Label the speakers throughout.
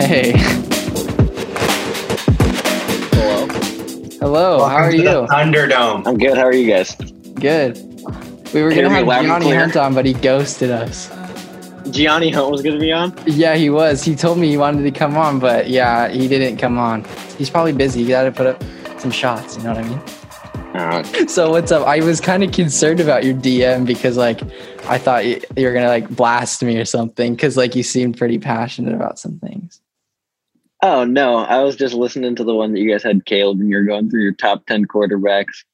Speaker 1: Hey.
Speaker 2: Hello.
Speaker 1: Hello. how
Speaker 2: Welcome
Speaker 1: are
Speaker 2: to
Speaker 1: you?
Speaker 2: The Thunderdome.
Speaker 3: I'm good. How are you guys?
Speaker 1: Good. We were
Speaker 3: Hear
Speaker 1: gonna
Speaker 3: me
Speaker 1: have
Speaker 3: loud and
Speaker 1: Johnny
Speaker 3: clear?
Speaker 1: Hunt on, but he ghosted us.
Speaker 3: Gianni Hunt was going to be on.
Speaker 1: Yeah, he was. He told me he wanted to come on, but yeah, he didn't come on. He's probably busy. He got to put up some shots. You know what I mean?
Speaker 3: Uh,
Speaker 1: So what's up? I was kind of concerned about your DM because like I thought you, you were gonna like blast me or something because like you seemed pretty passionate about some things.
Speaker 3: oh no, I was just listening to the one that you guys had, Caleb, and you're going through your top ten quarterbacks.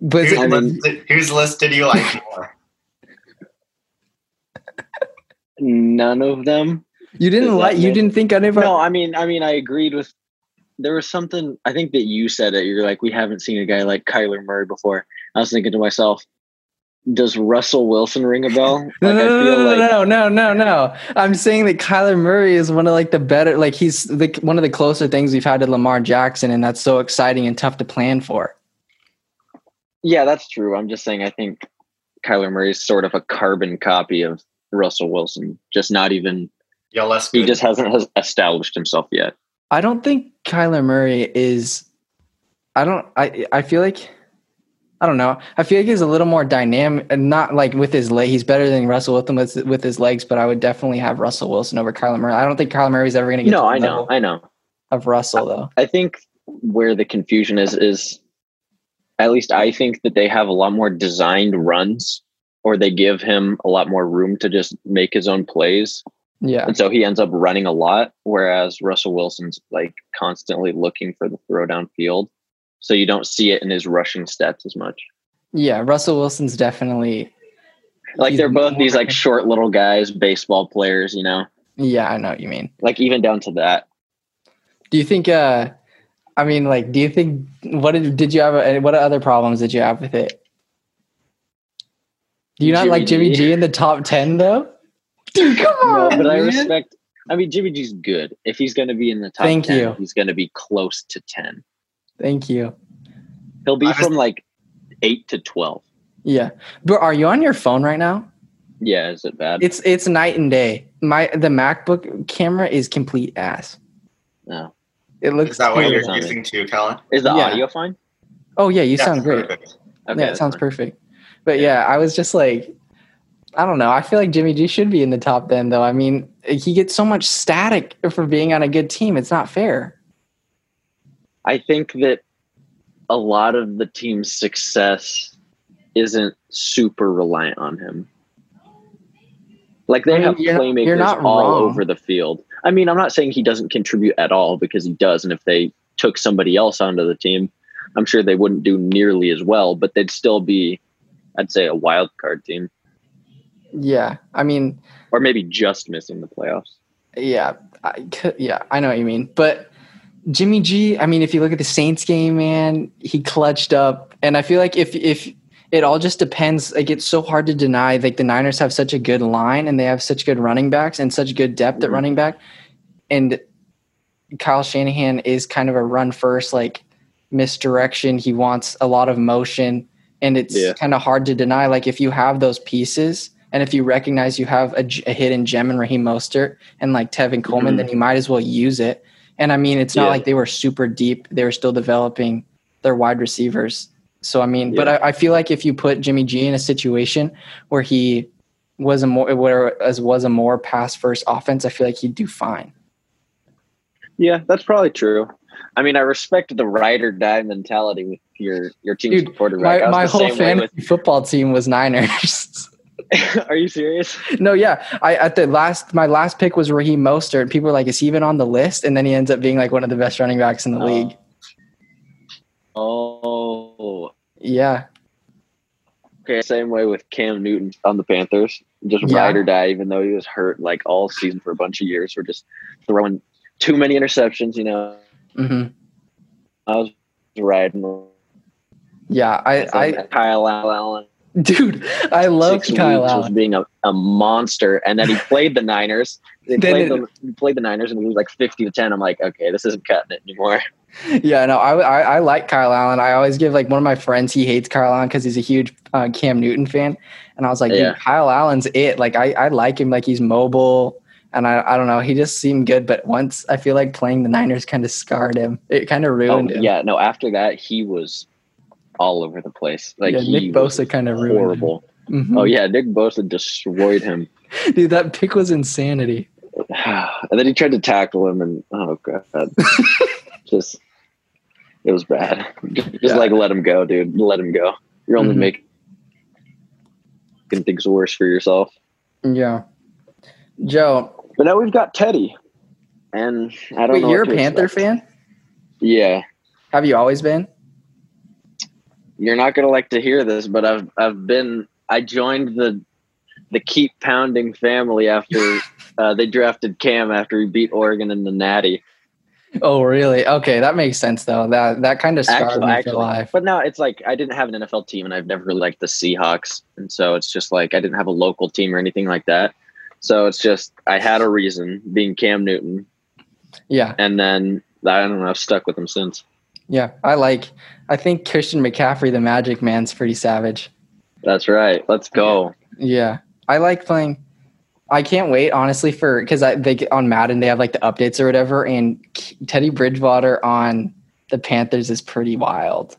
Speaker 1: But
Speaker 2: Who's
Speaker 3: I mean-
Speaker 2: listed, whose list did you like more?
Speaker 3: None of them.
Speaker 1: you didn't
Speaker 3: Does that
Speaker 1: like you
Speaker 3: mean-
Speaker 1: didn't think anybody.
Speaker 3: No, I mean, I mean, I agreed with. There was something I think that you said it. You're like, we haven't seen a guy like Kyler Murray before. I was thinking to myself, does Russell Wilson ring a bell?
Speaker 1: No,
Speaker 3: Like,
Speaker 1: no,
Speaker 3: I
Speaker 1: no,
Speaker 3: feel
Speaker 1: no,
Speaker 3: like
Speaker 1: no, no, no, no. I'm saying that Kyler Murray is one of like the better, like he's the, one of the closer things we've had to Lamar Jackson, and that's so exciting and tough to plan for.
Speaker 3: yeah, that's true. I'm just saying, I think Kyler Murray is sort of a carbon copy of Russell Wilson. Just not even.
Speaker 2: Yo, let's
Speaker 3: He
Speaker 2: good.
Speaker 3: just hasn't has established himself yet.
Speaker 1: I don't think Kyler Murray is. I don't. I I feel like. I don't know. I feel like he's a little more dynamic, and not like with his leg. He's better than Russell Wilson with, with his legs, but I would definitely have Russell Wilson over Kyler Murray. I don't think Kyler Murray's ever going to get
Speaker 3: No,
Speaker 1: to the
Speaker 3: I know,
Speaker 1: level
Speaker 3: I know.
Speaker 1: of Russell though.
Speaker 3: I think where the confusion is is at least I think that they have a lot more designed runs or they give him a lot more room to just make his own plays.
Speaker 1: Yeah.
Speaker 3: And so he ends up running a lot, whereas Russell Wilson's like constantly looking for the throw downfield. So you don't see it in his rushing stats as much.
Speaker 1: Yeah. Russell Wilson's definitely.
Speaker 3: Like
Speaker 1: He's
Speaker 3: they're both these
Speaker 1: more-
Speaker 3: like short little guys, baseball players, you know,
Speaker 1: Yeah, I know what you mean.
Speaker 3: like even down to that.
Speaker 1: Do you think? uh I mean, like, do you think? What did did you have? and What other problems did you have with it? Do you not like
Speaker 3: Jimmy
Speaker 1: Jimmy
Speaker 3: G.
Speaker 1: G in the top ten though? Dude, come
Speaker 3: No,
Speaker 1: on,
Speaker 3: but
Speaker 1: Oh,
Speaker 3: I
Speaker 1: man.
Speaker 3: respect. I mean, Jimmy G's good. If he's going to be in the top
Speaker 1: Thank
Speaker 3: 10,
Speaker 1: you.
Speaker 3: he's going to be close to 10.
Speaker 1: Thank you.
Speaker 3: He'll be
Speaker 2: I was-
Speaker 3: from like eight to twelve.
Speaker 1: Yeah, but are you on your phone right now?
Speaker 3: Yeah, is it bad?
Speaker 1: It's it's night and day. My the MacBook camera is complete ass.
Speaker 3: no.
Speaker 1: It looks.
Speaker 2: Is that what
Speaker 3: Caleb
Speaker 2: you're
Speaker 3: on it.
Speaker 2: using too, Colin?
Speaker 3: Is the
Speaker 1: Yeah.
Speaker 3: audio fine?
Speaker 1: Oh yeah, you
Speaker 2: Yeah,
Speaker 1: sound great.
Speaker 2: perfect.
Speaker 3: Okay,
Speaker 1: yeah, it
Speaker 3: that's
Speaker 1: sounds
Speaker 3: fine.
Speaker 1: perfect. But
Speaker 3: Yeah.
Speaker 1: yeah. I was just like, I don't know. I feel like Jimmy G should be in the top then, though. I mean, he gets so much static for being on a good team. It's not fair.
Speaker 3: I think that a lot of the team's success isn't super reliant on him. Like they
Speaker 1: I mean,
Speaker 3: have
Speaker 1: you're not-
Speaker 3: playmakers
Speaker 1: you're not
Speaker 3: all
Speaker 1: wrong.
Speaker 3: over the field. I mean, I'm not saying he doesn't contribute at all because he does, and if they took somebody else onto the team, I'm sure they wouldn't do nearly as well, but they'd still be, I'd say, a wild card team,
Speaker 1: Yeah, I mean,
Speaker 3: or maybe just missing the playoffs.
Speaker 1: yeah, I, c- yeah, I know what you mean. But Jimmy G, I mean, if you look at the Saints game, man, he clutched up, and I feel like if if it all just depends. Like it's so hard to deny. Like the Niners have such a good line, and they have such good running backs, and such good depth at
Speaker 3: Mhm.
Speaker 1: running back, and Kyle Shanahan is kind of a run first, like misdirection. He wants a lot of motion, and it's
Speaker 3: Yeah.
Speaker 1: kind of hard to deny. Like if you have those pieces, and if you recognize you have a, g- a hidden gem in Raheem Mostert and like Tevin Coleman,
Speaker 3: Mhm.
Speaker 1: then you might as well use it. And I mean, it's not
Speaker 3: Yeah.
Speaker 1: like they were super deep; they were still developing their wide receivers. So I mean, but I, I feel like if you put Jimmy G in a situation where he was a more where as was a more pass first offense, I feel like he'd do fine.
Speaker 3: Yeah, that's probably true. I mean, I respect the ride or die mentality with your your team's
Speaker 1: Dude,
Speaker 3: quarterback.
Speaker 1: My,
Speaker 3: I was
Speaker 1: my
Speaker 3: the
Speaker 1: whole
Speaker 3: same way
Speaker 1: fantasy football team was Niners.
Speaker 3: with- Are you serious?
Speaker 1: no, yeah. I at the last my last pick was Raheem Mostert. and People were like, is he even on the list? And then he ends up being like one of the best running backs in the
Speaker 3: Oh.
Speaker 1: league.
Speaker 3: Oh,
Speaker 1: Yeah.
Speaker 3: okay. Same way with Cam Newton on the Panthers. Just
Speaker 1: Yeah.
Speaker 3: ride or die, even though he was hurt like all season for a bunch of years. We're just throwing too many interceptions. You know,
Speaker 1: hmm
Speaker 3: I was riding. with
Speaker 1: Yeah. I,
Speaker 3: Kyle Allen.
Speaker 1: I dude, I loved
Speaker 3: six
Speaker 1: Kyle
Speaker 3: weeks was
Speaker 1: Allen.
Speaker 3: being a, a monster, and then he played the Niners. They
Speaker 1: Then
Speaker 3: played,
Speaker 1: it-
Speaker 3: them, he played the Niners, and we was like fifty to ten. I'm like, okay, this isn't cutting it anymore.
Speaker 1: Yeah, no, I, I I like Kyle Allen. I always give like one of my friends he hates Kyle Allen because he's a huge uh, Cam Newton fan, and I was like,
Speaker 3: Yeah.
Speaker 1: dude, Kyle Allen's it. Like I I like him. Like he's mobile. And I, I don't know, he just seemed good, but once I feel like playing the Niners kind of scarred him. It kind of
Speaker 3: Oh,
Speaker 1: ruined him.
Speaker 3: yeah, no. After that, he was all over the place. Like
Speaker 1: Yeah,
Speaker 3: he
Speaker 1: Nick
Speaker 3: was
Speaker 1: Bosa kind of ruined.
Speaker 3: horrible.
Speaker 1: Him. Mhm.
Speaker 3: Oh yeah, Nick Bosa destroyed him,
Speaker 1: dude, that pick was insanity.
Speaker 3: and then he tried to tackle him, and oh god, just it was bad. Just
Speaker 1: Yeah.
Speaker 3: like let him go, dude. Let him go. You're only
Speaker 1: Mhm.
Speaker 3: making things worse for yourself.
Speaker 1: Yeah, Joe,
Speaker 3: But now we've got Teddy, and I don't
Speaker 1: wait,
Speaker 3: know.
Speaker 1: you're a
Speaker 3: what to
Speaker 1: Panther
Speaker 3: expect.
Speaker 1: fan?
Speaker 3: Yeah,
Speaker 1: Have you always been?
Speaker 3: you're not gonna like to hear this, but I've I've been I joined the the keep pounding family after uh, they drafted Cam after he beat Oregon in the Natty.
Speaker 1: Oh, really? Okay, that makes sense though. That that kind of scarred
Speaker 3: Actually-
Speaker 1: me
Speaker 3: actually.
Speaker 1: for life.
Speaker 3: But now it's like I didn't have an NFL team, and I've never really liked the Seahawks, and so it's just like I didn't have a local team or anything like that. So it's just I had a reason being Cam Newton,
Speaker 1: Yeah,
Speaker 3: and then I don't know. I've stuck with him since.
Speaker 1: yeah. I like. I think Christian McCaffrey, the Magic Man's pretty savage.
Speaker 3: That's right. Let's go.
Speaker 1: Yeah, I like playing. I can't wait, honestly, for because I they get- on Madden they have like the updates or whatever, and K- Teddy Bridgewater on the Panthers is pretty wild.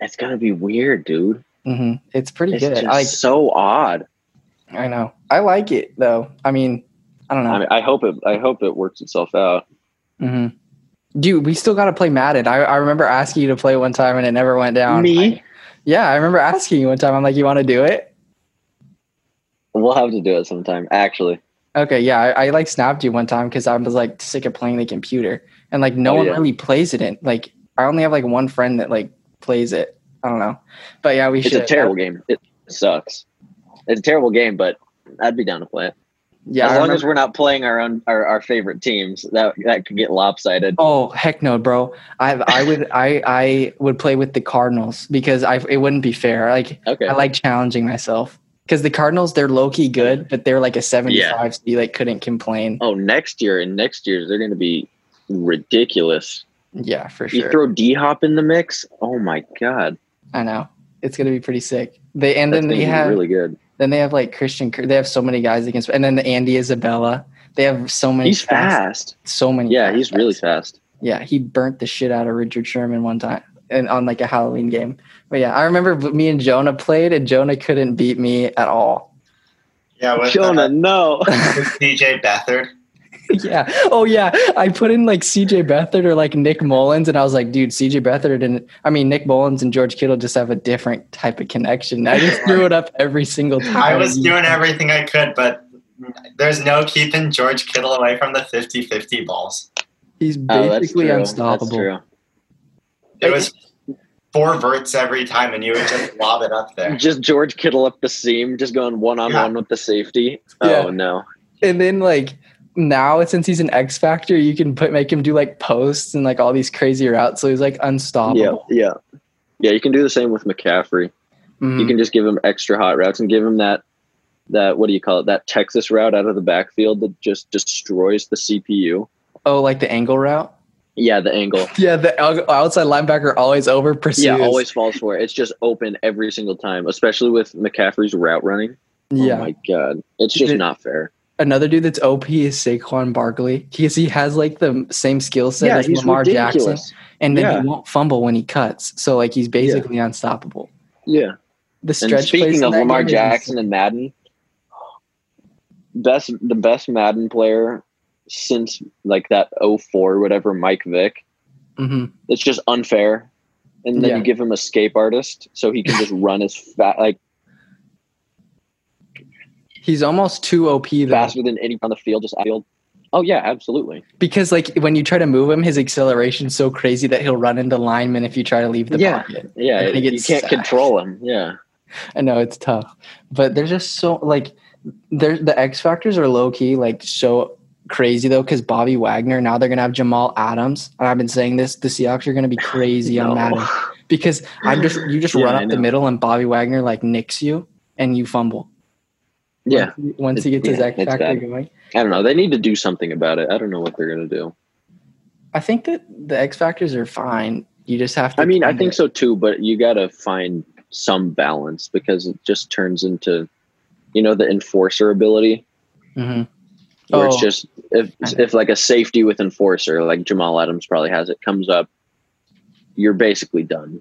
Speaker 3: It's gonna be weird, dude.
Speaker 1: hmm It's pretty
Speaker 3: It's
Speaker 1: good.
Speaker 3: just
Speaker 1: I like.
Speaker 3: so odd.
Speaker 1: I know. I like it though. I mean, I don't know.
Speaker 3: I mean, I hope it. I hope it works itself out.
Speaker 1: mm-hmm. Dude, we still got to play Madden. I, I remember asking you to play one time and it never went down.
Speaker 3: Me?
Speaker 1: Yeah, I remember asking you one time. I'm like, you want to do it?
Speaker 3: We'll have to do it sometime. Actually,
Speaker 1: Okay, yeah. I, I like snapped you one time because I was like sick of playing the computer and like no
Speaker 3: Oh,
Speaker 1: one
Speaker 3: yeah.
Speaker 1: really plays it in. Like I only have like one friend that like plays it. I don't know, but yeah, we
Speaker 3: it's
Speaker 1: should.
Speaker 3: a terrible game. It sucks. It's a terrible game, but I'd be down to play it.
Speaker 1: Yeah,
Speaker 3: as
Speaker 1: I
Speaker 3: long
Speaker 1: remember-
Speaker 3: as we're not playing our own our, our favorite teams, that that could get lopsided.
Speaker 1: Oh heck no, bro! I I would I I would play with the Cardinals because I it wouldn't be fair. Like
Speaker 3: Okay,
Speaker 1: I like challenging myself because the Cardinals they're low key good, but they're like a seventy-five, so you like couldn't complain.
Speaker 3: oh, next year and next year they're going to be ridiculous.
Speaker 1: Yeah, for
Speaker 3: You
Speaker 1: sure.
Speaker 3: throw D Hop in the mix. Oh my god,
Speaker 1: I know it's gonna be pretty sick. They and
Speaker 3: that's
Speaker 1: then
Speaker 3: going
Speaker 1: they
Speaker 3: to be
Speaker 1: have
Speaker 3: really good.
Speaker 1: then they have like Christian. Kirk- They have so many guys against, and then the Andy Isabella. They have so many.
Speaker 3: He's
Speaker 1: fast-
Speaker 3: fast.
Speaker 1: So many.
Speaker 3: Yeah,
Speaker 1: fast
Speaker 3: he's
Speaker 1: guys.
Speaker 3: really fast.
Speaker 1: Yeah, he burnt the shit out of Richard Sherman one time and on like a Halloween game. But yeah, I remember me and Jonah played, and Jonah couldn't beat me at all.
Speaker 2: Yeah, with,
Speaker 3: Jonah,
Speaker 2: uh,
Speaker 3: no.
Speaker 2: with PJ Bethard.
Speaker 1: yeah. Oh yeah. I put in like CJ Beathard or like Nick Mullins, and I was like, dude, CJ Beathard and I mean Nick Mullins and George Kittle just have a different type of connection. I just threw it up every single time.
Speaker 2: I was doing everything I could, but there's no keeping George Kittle away from the 50 50 balls.
Speaker 1: He's
Speaker 3: Oh, that's
Speaker 1: basically
Speaker 3: true. That's
Speaker 1: unstoppable.
Speaker 3: true.
Speaker 2: It was four verts every time, and you would just lob it up there.
Speaker 3: Just George Kittle up the seam, just going one on one with the safety.
Speaker 1: Yeah.
Speaker 3: Oh no.
Speaker 1: And then like now since he's an X Factor, you can put make him do like posts and like all these crazy routes. So he's like
Speaker 3: Yeah,
Speaker 1: unstoppable.
Speaker 3: yeah, yeah. You can do the same with McCaffrey.
Speaker 1: Mhm.
Speaker 3: You can just give him extra hot routes and give him that that what do you call it? That Texas route out of the backfield that just destroys the CPU.
Speaker 1: oh, like the angle route?
Speaker 3: Yeah, the angle.
Speaker 1: Yeah, the out- outside linebacker always over pursues.
Speaker 3: Yeah, always falls for it. It's just open every single time, especially with McCaffrey's route running.
Speaker 1: Yeah.
Speaker 3: Oh my god. It's just
Speaker 1: Did-
Speaker 3: not fair.
Speaker 1: another dude that's OP is Saquon Barkley because he has like the same skill set
Speaker 3: Yeah,
Speaker 1: as
Speaker 3: he's
Speaker 1: Lamar Jackson,
Speaker 3: ridiculous.
Speaker 1: and then
Speaker 3: Yeah.
Speaker 1: he won't fumble when he cuts. So like he's basically unstoppable.
Speaker 3: Yeah.
Speaker 1: The
Speaker 3: And
Speaker 1: stretch plays
Speaker 3: speaking
Speaker 1: in
Speaker 3: of
Speaker 1: that
Speaker 3: Lamar
Speaker 1: game is
Speaker 3: Jackson and Madden, best the best Madden player since like that 04 whatever Mike Vick.
Speaker 1: insane.
Speaker 3: it's just unfair. And then
Speaker 1: Yeah.
Speaker 3: you give him escape artist so he can just run as fast, like
Speaker 1: Mhm. He's almost too OP though
Speaker 3: faster than any on the field, just field. Oh yeah, absolutely.
Speaker 1: because like when you try to move him, his acceleration's so crazy that he'll run into linemen if you try to leave the
Speaker 3: Yeah.
Speaker 1: pocket.
Speaker 3: Yeah,
Speaker 1: And he
Speaker 3: you
Speaker 1: gets
Speaker 3: can't
Speaker 1: sacked.
Speaker 3: control him. Yeah,
Speaker 1: I know it's tough, but there's just so like there the X factors are low key like so crazy though because Bobby Wagner now they're gonna have Jamal Adams and I've been saying this the Seahawks are gonna be crazy on
Speaker 3: No.
Speaker 1: Madden because I'm just you just
Speaker 3: Yeah,
Speaker 1: run
Speaker 3: I
Speaker 1: up the
Speaker 3: know.
Speaker 1: middle and Bobby Wagner like nicks you and you fumble.
Speaker 3: Yeah,
Speaker 1: Once, once he gets his
Speaker 3: Yeah,
Speaker 1: X
Speaker 3: it's
Speaker 1: factor
Speaker 3: bad.
Speaker 1: going,
Speaker 3: I don't know. They need to do something about it. I don't know what they're gonna do.
Speaker 1: I think that the X factors are fine. You just have to.
Speaker 3: I mean, I
Speaker 1: find
Speaker 3: think
Speaker 1: it.
Speaker 3: so too, but you gotta find some balance because it just turns into, you know, the enforcer ability.
Speaker 1: Mhm.
Speaker 3: where it's
Speaker 1: Oh.
Speaker 3: just if if like a safety with enforcer, like Jamal Adams probably has it, comes up, you're basically done.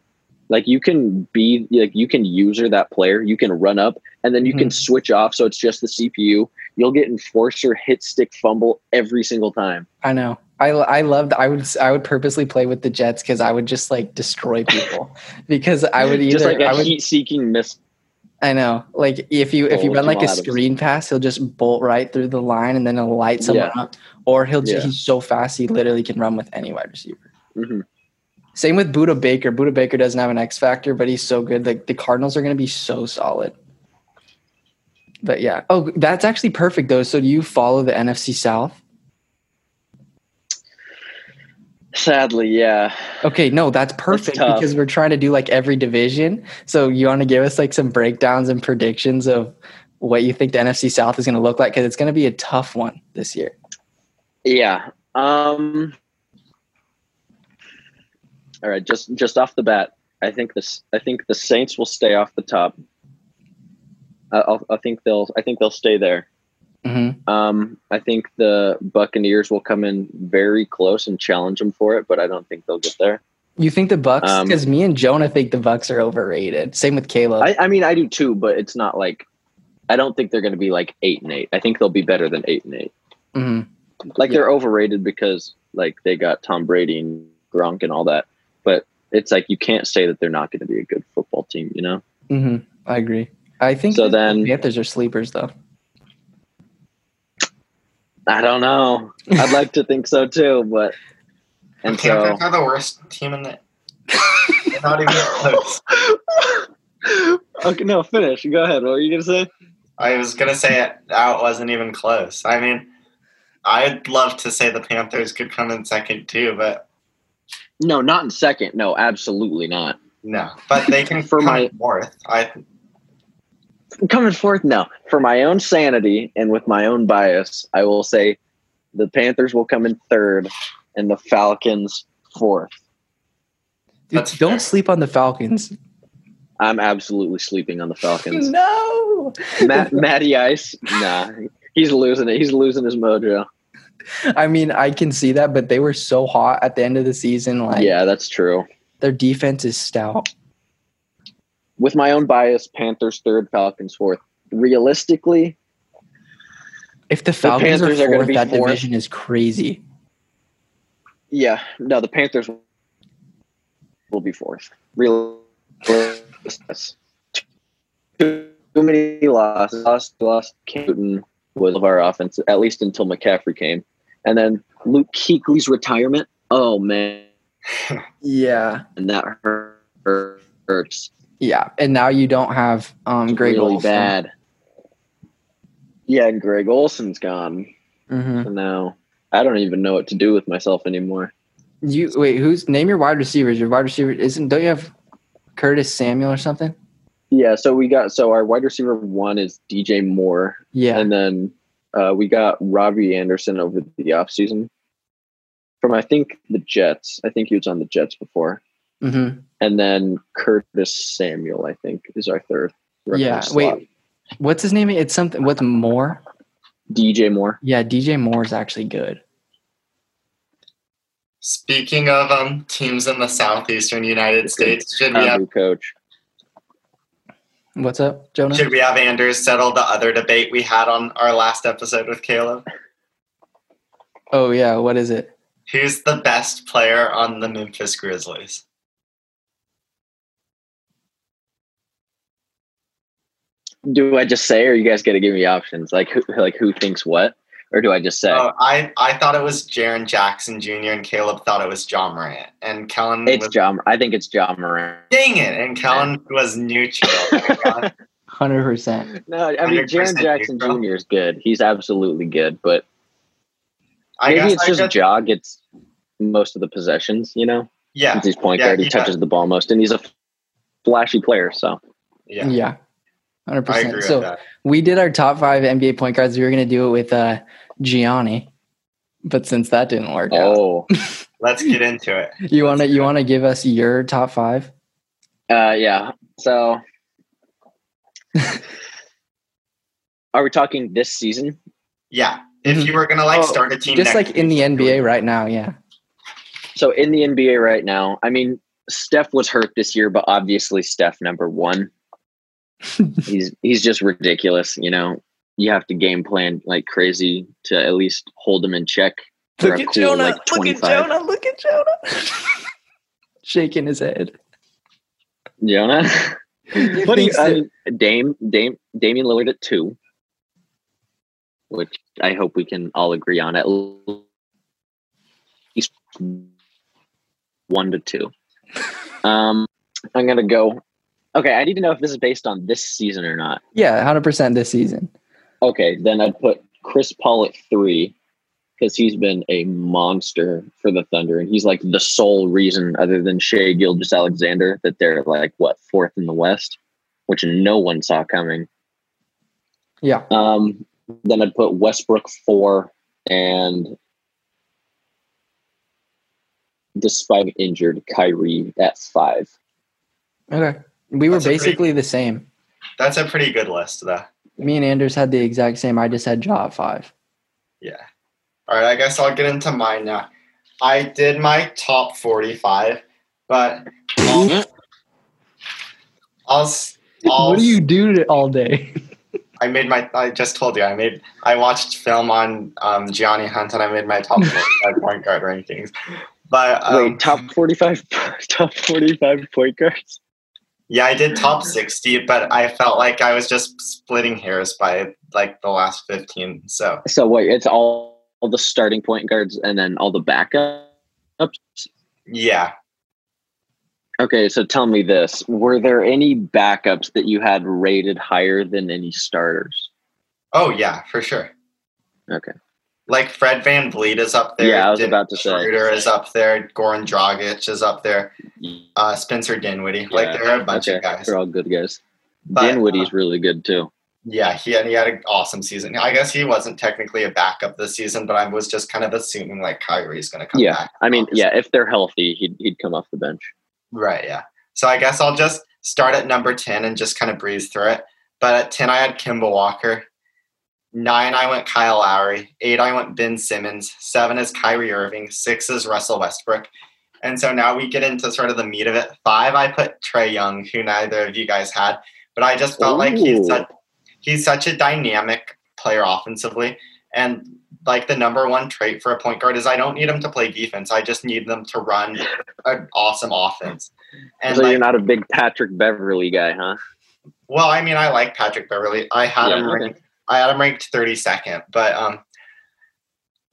Speaker 3: Like you can be like you can user that player, you can run up, and then you can
Speaker 1: Mhm.
Speaker 3: switch off. So it's just the CPU. You'll get enforcer hit stick fumble every single time.
Speaker 1: I know. I, I loved. I would I would purposely play with the Jets because I would just like destroy people because I would either
Speaker 3: just like
Speaker 1: I
Speaker 3: a
Speaker 1: would
Speaker 3: heat seeking miss.
Speaker 1: I know. Like if you if you
Speaker 3: Bowl
Speaker 1: run like a
Speaker 3: Jamal Adams.
Speaker 1: screen pass, he'll just bolt right through the line and then he'll light someone up. Or he'll
Speaker 3: Yeah.
Speaker 1: he's so fast he literally can run with any wide receiver.
Speaker 3: Mhm.
Speaker 1: Same with Buda Baker. Buda Baker doesn't have an X factor, but he's so good. Like the Cardinals are going to be so solid. But yeah. Oh, that's actually perfect though. So do you follow the NFC South?
Speaker 3: Sadly, yeah.
Speaker 1: Okay, no, that's perfect
Speaker 3: tough.
Speaker 1: because we're trying to do like every division. So you want to give us like some breakdowns and predictions of what you think the NFC South is going to look like because it's going to be a tough one this year.
Speaker 3: Yeah. Um All right, just just off the bat, I think this I think the Saints will stay off the top. I I'll, I think they'll I think they'll stay there.
Speaker 1: hmm
Speaker 3: Um I think the Buccaneers will come in very close and challenge them for it, but I don't think they'll get there.
Speaker 1: You think the Bucks?
Speaker 3: Um,
Speaker 1: Because me and Jonah think the Bucks are overrated. Same with Caleb.
Speaker 3: I I mean I do too, but it's not like I don't think they're going to be like 8 and 8. I think they'll be better than 8 and 8.
Speaker 1: Mhm.
Speaker 3: like they're overrated because like they got Tom Brady and Gronk and all that, but it's like you can't say that they're not going to be a good football team, you know?
Speaker 1: hmm I agree. I think
Speaker 3: So
Speaker 1: the
Speaker 3: then-
Speaker 1: Panthers are sleepers though.
Speaker 3: I don't know. I'd like to think so too, but and so
Speaker 2: Panthers are the worst team in the. They're not even close.
Speaker 3: okay, no, finish. Go ahead. What were you going to say?
Speaker 2: I was gonna say it out wasn't even close. I mean, I'd love to say the Panthers could come in second too, but
Speaker 3: No, not in second. No, absolutely not.
Speaker 2: no. But they can
Speaker 3: For
Speaker 2: come
Speaker 3: my-
Speaker 2: fourth. I
Speaker 3: Coming forth, no. For my own sanity and with my own bias, I will say the Panthers will come in third and the Falcons fourth.
Speaker 1: Dude,
Speaker 2: That's
Speaker 1: don't
Speaker 2: fair.
Speaker 1: sleep on the Falcons.
Speaker 3: I'm absolutely sleeping on the Falcons.
Speaker 1: No,
Speaker 3: Matt, Matty Ice, nah, he's losing it. He's losing his mojo.
Speaker 1: I mean I can see that, but they were so hot at the end of the season. Like
Speaker 3: Yeah, that's true.
Speaker 1: their defense is stout.
Speaker 3: With my own bias, Panthers third, Falcons fourth. Realistically,
Speaker 1: If the Falcons
Speaker 3: Panthers
Speaker 1: are
Speaker 3: are gonna
Speaker 1: fourth,
Speaker 3: be
Speaker 1: that
Speaker 3: fourth.
Speaker 1: division is crazy.
Speaker 3: yeah, no, the Panthers will be fourth. Real, yes. too, too many losses. Lost, lost. Newton was of our offense, at least until McCaffrey came, and then Luke Kuechly's retirement. Oh man,
Speaker 1: Yeah,
Speaker 3: and that hurt- hurts.
Speaker 1: yeah. And now you don't have um Greg
Speaker 3: really
Speaker 1: Olsen.
Speaker 3: bad. Yeah, and Greg Olson's gone.
Speaker 1: Mhm.
Speaker 3: So now I don't even know what to do with myself anymore.
Speaker 1: You wait. Who's name your wide receivers? Your wide receiver isn't. Don't you have Curtis Samuel or something?
Speaker 3: Yeah, so we got so our wide receiver one is DJ Moore,
Speaker 1: Yeah.
Speaker 3: and then uh, we got Robbie Anderson over the offseason from I think the Jets. I think he was on the Jets before,
Speaker 1: hmm
Speaker 3: and then Curtis Samuel. I think is our third. rookie
Speaker 1: Yeah,
Speaker 3: slot.
Speaker 1: wait. What's his name? It's something. What's Moore?
Speaker 3: DJ Moore.
Speaker 1: Yeah, DJ Moore's actually good.
Speaker 2: speaking of um teams in the southeastern United States, should we
Speaker 3: our
Speaker 2: have
Speaker 3: new coach.
Speaker 1: What's up, Jonah?
Speaker 2: should we have Anders settle the other debate we had on our last episode with Caleb?
Speaker 1: Oh yeah. What is it?
Speaker 2: Who's the best player on the Memphis Grizzlies?
Speaker 3: Do I just say, or you guys got to give me options? Like, who, like who thinks what, or do I just say?
Speaker 2: Oh, I, I thought it was Jaron Jackson Jr. and Caleb thought it was John Morant. And Kellen
Speaker 3: It's
Speaker 2: was,
Speaker 3: John. I think it's John Moran.
Speaker 2: dang it. And Kellen was neutral.
Speaker 1: Hundred percent.
Speaker 3: No, I
Speaker 2: 100%
Speaker 3: mean Jaron Jackson
Speaker 2: neutral.
Speaker 3: Jr. is good. He's absolutely good, but
Speaker 2: I
Speaker 3: maybe
Speaker 2: guess
Speaker 3: it's
Speaker 2: I
Speaker 3: just
Speaker 2: just-
Speaker 3: Ja gets most of the possessions. You know,
Speaker 2: yeah,
Speaker 3: since he's point
Speaker 2: Yeah,
Speaker 3: guard, he,
Speaker 2: he
Speaker 3: touches the ball most, and he's a flashy player. So
Speaker 2: yeah,
Speaker 1: Yeah. Hundred
Speaker 2: I agree
Speaker 1: percent.
Speaker 2: with
Speaker 1: So
Speaker 2: that.
Speaker 1: we did our top five NBA point guards. We were gonna do it with uh Gianni, but since that didn't work out,
Speaker 3: oh,
Speaker 2: Let's get into it.
Speaker 1: You want to you want to give us your top five?
Speaker 3: uh, yeah. So are we talking this season?
Speaker 2: Yeah, If you were gonna like
Speaker 1: Oh,
Speaker 2: start a team,
Speaker 1: Just
Speaker 2: next
Speaker 1: like in the
Speaker 2: year,
Speaker 1: NBA right now, yeah.
Speaker 3: So in the NBA right now, I mean, Steph was hurt this year, but obviously Steph number one. he's he's just ridiculous. You know, you have to game plan like crazy to at least hold him in check. for a cool, like, 25.
Speaker 1: Look at Jonah! Shaking his head.
Speaker 3: Jonah,
Speaker 1: He
Speaker 3: what do you,
Speaker 1: thinks
Speaker 3: I
Speaker 1: that-
Speaker 3: mean, Dame Dame Damian Lillard at two, which I hope we can all agree on at least one to two. Um, I'm gonna go. Okay, I need to know if this is based on this season or not.
Speaker 1: yeah, hundred percent this season.
Speaker 3: Okay, then I'd put Chris Paul at three because he's been a monster for the Thunder, and he's like the sole reason, other than Shea Gilgis Alexander, that they're like what fourth in the West, which no one saw coming.
Speaker 1: Yeah,
Speaker 3: Um, then I'd put Westbrook four, and despite being injured, Kyrie at five.
Speaker 1: okay. We were
Speaker 2: That's a pretty-
Speaker 1: basically the same.
Speaker 2: That's a pretty good list, though.
Speaker 1: Me and Anders had the exact same. I just had Ja at five.
Speaker 2: Yeah. All right, I guess I'll get into mine now. I did my top 45, but I'll. I'll, s-
Speaker 1: Mm-hmm.
Speaker 2: I'll
Speaker 1: what do you do to- all day?
Speaker 2: I made my. I just told you. I made. I watched film on um, Gianni Hunt, and I made my top 45 point guard rankings. But um,
Speaker 3: Wait, top forty-five, top forty-five point guards.
Speaker 2: Yeah, I did top 60, but I felt like I was just splitting hairs by like the last 15. So,
Speaker 3: So wait, it's all, all the starting point guards and then all the backups.
Speaker 2: yeah.
Speaker 3: Okay, so tell me this: Were there any backups that you had rated higher than any starters?
Speaker 2: Oh, yeah, for sure.
Speaker 3: Okay.
Speaker 2: Like Fred Van Vliet is up there.
Speaker 3: Yeah, I was
Speaker 2: Dennis
Speaker 3: about to say.
Speaker 2: Schroeder is up there. Goran Dragic is up like uh, Spencer Dinwiddie.
Speaker 3: Yeah,
Speaker 2: Like, there are a bunch
Speaker 3: okay,
Speaker 2: of guys.
Speaker 3: they're all good guys.
Speaker 2: But, uh,
Speaker 3: Dinwiddie's really good too.
Speaker 2: Yeah, he had, he had an awesome season. I guess he wasn't technically a backup this season, but I was just kind of assuming like Kyrie's going to come
Speaker 3: Yeah,
Speaker 2: back.
Speaker 3: I mean,
Speaker 2: obviously.
Speaker 3: yeah, if they're healthy, he'd he'd come off the bench.
Speaker 2: Right, yeah. So I guess I'll just start at number 10 and just kind of breeze through it. But at 10, I had Kimball Walker. Nine, I went Kyle Lowry. Eight, I went Ben Simmons. Seven is Kyrie Irving. Six is Russell Westbrook. And so now we get into sort of the meat of it. Five, I put Trey Young, who neither of you guys had. But I just felt like
Speaker 3: Ooh.
Speaker 2: he's such, he's such a dynamic player offensively. And like the number one trait for a point guard is I don't need them to play defense. I just need them to run an awesome offense. And
Speaker 3: so
Speaker 2: like,
Speaker 3: you're not a big Patrick Beverly guy, huh?
Speaker 2: well, I mean, I like Patrick Beverly. I had
Speaker 3: Yeah,
Speaker 2: him
Speaker 3: okay.
Speaker 2: ranked. I had him ranked 32nd, but um,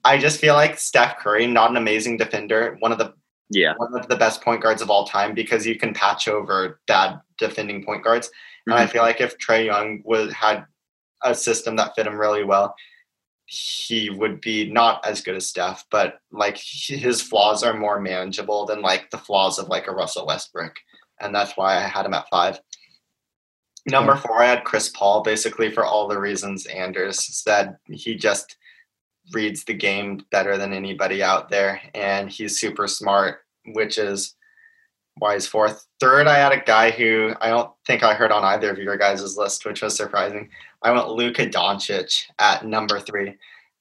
Speaker 2: I just feel like Steph Curry, not an amazing defender, one of the
Speaker 3: Yeah.
Speaker 2: one of the best point guards of all time because you can patch over bad defending point guards. And I feel like if Trey Young was had a system that fit him really well, he would be not as good as Steph, but like he- his flaws are more manageable than like the flaws of like a Russell Westbrook. And that's why I had him at five. Number four, I had Chris Paul basically for all the reasons Anders said. He just reads the game better than anybody out there, and he's super smart, which is why he's fourth. Third, I had a guy who I don't think I heard on either of your guys' list, which was surprising. I went Luka Doncic at number three,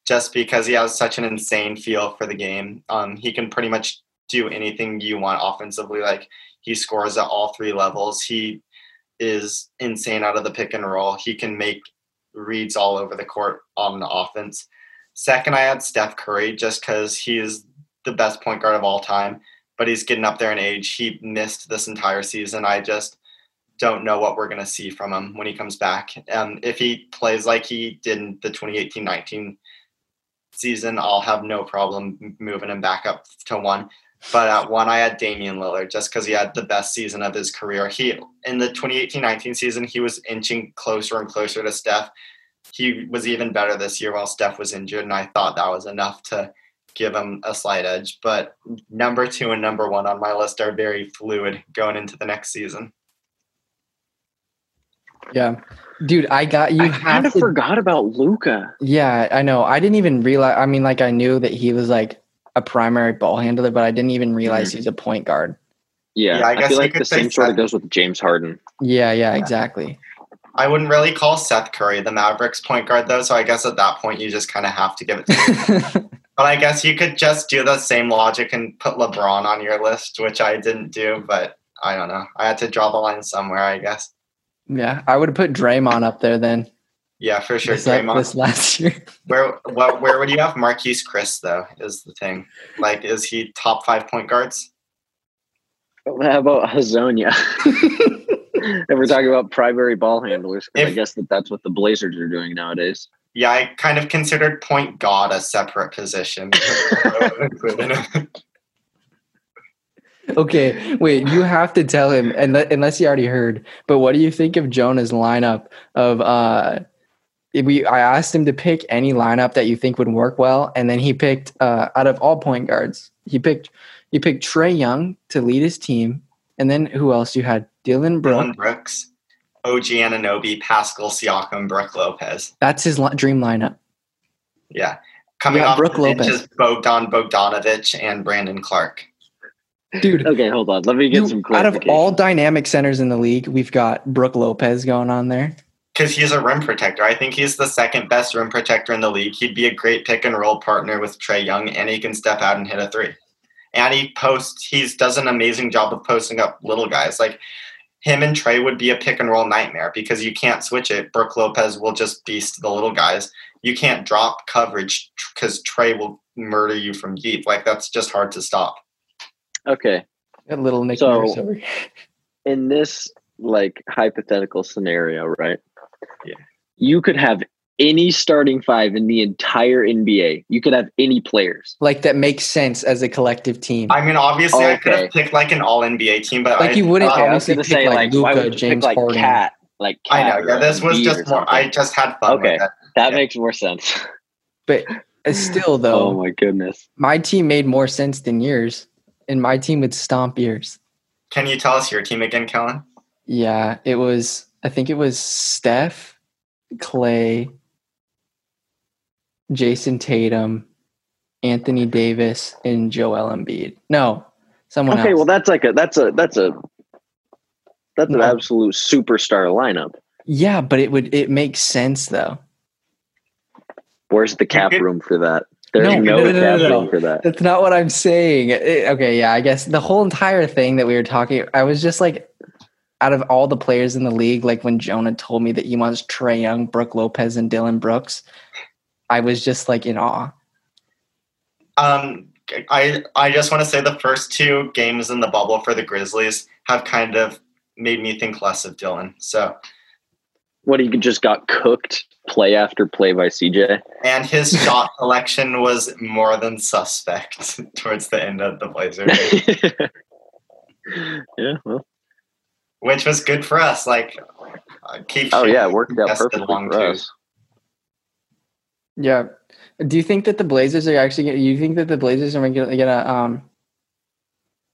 Speaker 2: just because he has such an insane feel for the game. Um, he can pretty much do anything you want offensively. Like he scores at all three levels. He is insane out of the pick and roll. He can make reads all over the court on the offense. Second, I had Steph Curry just because he is the best point guard of all time, but he's getting up there in age. He missed this entire season. I just don't know what we're going to see from him when he comes back. Um, if he plays like he did in the 2018 19 season, I'll have no problem m- moving him back up to one. But at one, I had Damian Lillard just because he had the best season of his career. He in the 2018 19 season, he was inching closer and closer to Steph he was even better this year while Steph was injured, and I thought that was enough to give him a slight edge. But number two and number one on my list are very fluid going into the next season.
Speaker 1: Yeah, dude, I got you.
Speaker 3: I
Speaker 1: have
Speaker 3: kind of
Speaker 1: to-
Speaker 3: forgot about Luca.
Speaker 1: Yeah, I know. I didn't even realize. I mean, like I knew that he was like a primary ball handler, but I didn't even realize
Speaker 3: Mm.
Speaker 1: he's a point guard.
Speaker 3: Yeah,
Speaker 2: Yeah, I
Speaker 3: I,
Speaker 2: guess
Speaker 3: feel
Speaker 2: you
Speaker 3: like
Speaker 2: could
Speaker 3: the
Speaker 2: say
Speaker 3: same sort of
Speaker 2: seven.
Speaker 3: goes with James Harden.
Speaker 1: Yeah, yeah, exactly.
Speaker 2: I wouldn't really call Seth Curry the Mavericks point guard though, so I guess at that point you just kind of have to give it to him. But I guess you could just do the same logic and put LeBron on your list, which I didn't do, but I don't know. I had to draw the line somewhere, I guess.
Speaker 1: yeah, I would have put Draymond up there then.
Speaker 2: Yeah, for sure.
Speaker 1: this, up-
Speaker 2: Draymond.
Speaker 1: this last year.
Speaker 2: Where what, where would you have Marquise Chris though? Is the thing like is he top five point guards?
Speaker 3: How about Hazonia? if we're talking about primary ball handlers, 'cause I
Speaker 2: If-
Speaker 3: guess that that's what the Blazers are doing nowadays.
Speaker 2: Yeah, I kind of considered point guard a separate position.
Speaker 1: Okay, wait. You have to tell him, unless, unless he already heard. But what do you think of Jonah's lineup? Of uh, if we I asked him to pick any lineup that you think would work well, and then he picked uh, out of all point guards, he picked he picked Trey Young to lead his team, and then who else? You had Dylan Brooks.
Speaker 2: Dylan Brooks, OG Ananobi, Pascal Siakam, Brooke Lopez.
Speaker 1: That's his li- dream lineup.
Speaker 2: Yeah. Coming
Speaker 1: Yeah,
Speaker 2: off
Speaker 1: Brook
Speaker 2: the bench
Speaker 1: Lopez.
Speaker 2: is Bogdan Bogdanovich and Brandon Clark.
Speaker 1: Dude,
Speaker 3: Okay, hold on. Let me get
Speaker 1: you-
Speaker 3: some
Speaker 1: out of
Speaker 3: clarification.
Speaker 1: all dynamic centers in the league, we've got Brooke Lopez going on there.
Speaker 2: Because he's a rim protector. I think he's the second best rim protector in the league. He'd be a great pick and roll partner with Trey Young, and he can step out and hit a three. And he posts, he does an amazing job of posting up little guys. Like him and Trey would be a pick and roll nightmare because you can't switch it. Brooke Lopez will just beast the little guys. You can't drop coverage because Trey will murder you from deep. Like that's just hard to stop.
Speaker 3: okay,
Speaker 1: Got little Nick
Speaker 3: So-
Speaker 1: Nurse over here.
Speaker 3: in this like hypothetical scenario, right?
Speaker 2: Yeah.
Speaker 3: You could have any starting five in the entire NBA. You could have any players.
Speaker 1: like that makes sense as a collective team.
Speaker 2: I mean, obviously, I could
Speaker 3: Okay.
Speaker 2: have picked like an all NBA team, but
Speaker 1: Like
Speaker 2: I,
Speaker 1: you wouldn't
Speaker 2: uh,
Speaker 3: Okay, I was
Speaker 1: obviously
Speaker 3: gonna
Speaker 1: pick
Speaker 3: say
Speaker 1: like
Speaker 3: like, why
Speaker 1: Luka,
Speaker 3: would you
Speaker 1: James
Speaker 3: pick like
Speaker 1: Harden.
Speaker 3: Cat? Like
Speaker 2: I
Speaker 3: Kat
Speaker 2: know. Yeah,
Speaker 3: or
Speaker 2: this was
Speaker 3: Embiid
Speaker 2: just
Speaker 3: or
Speaker 2: more. I
Speaker 3: something?
Speaker 2: just had fun.
Speaker 3: Okay.
Speaker 2: With it.
Speaker 3: that
Speaker 2: yeah.
Speaker 3: makes more sense.
Speaker 1: but uh, still
Speaker 3: Oh
Speaker 1: though,
Speaker 3: my goodness.
Speaker 1: my team made more sense than yours, and my team would stomp yours.
Speaker 2: Can you tell us your team again, Kellen?
Speaker 1: Yeah, it was. I think it was Steph, Clay, Jason Tatum, Anthony Davis, and Joel Embiid. No, someone
Speaker 3: Okay,
Speaker 1: else.
Speaker 3: well that's like a that's a that's a that's an
Speaker 1: No.
Speaker 3: absolute superstar lineup.
Speaker 1: yeah, but it would. It makes sense though.
Speaker 3: Where's the cap
Speaker 2: could-
Speaker 3: room for that? There's
Speaker 1: No,
Speaker 3: no,
Speaker 1: no, no, no,
Speaker 3: cap
Speaker 1: no, no.
Speaker 3: room for that.
Speaker 1: That's not what I'm saying. It- okay, yeah, I guess the whole entire thing that we were talking, I was just like, out of all the players in the league, like when Jonah told me that he wants Trey Young, Brooke Lopez, and Dylan Brooks, I was just like in awe.
Speaker 2: Um, I I just want to say the first two games in the bubble for the Grizzlies have kind of made me think less of Dylan. So
Speaker 3: What he just got cooked play after play by CJ.
Speaker 2: and his shot selection was more than suspect towards the end of the Blazers, game,
Speaker 3: yeah, well.
Speaker 2: which was good for us. Like, uh, keep
Speaker 3: Oh yeah, it worked out
Speaker 2: Contested
Speaker 3: perfectly
Speaker 2: long
Speaker 3: for
Speaker 2: twos.
Speaker 3: us.
Speaker 1: Yeah. Do you think that the Blazers are actually? Gonna, you think that the Blazers are gonna, gonna? Um,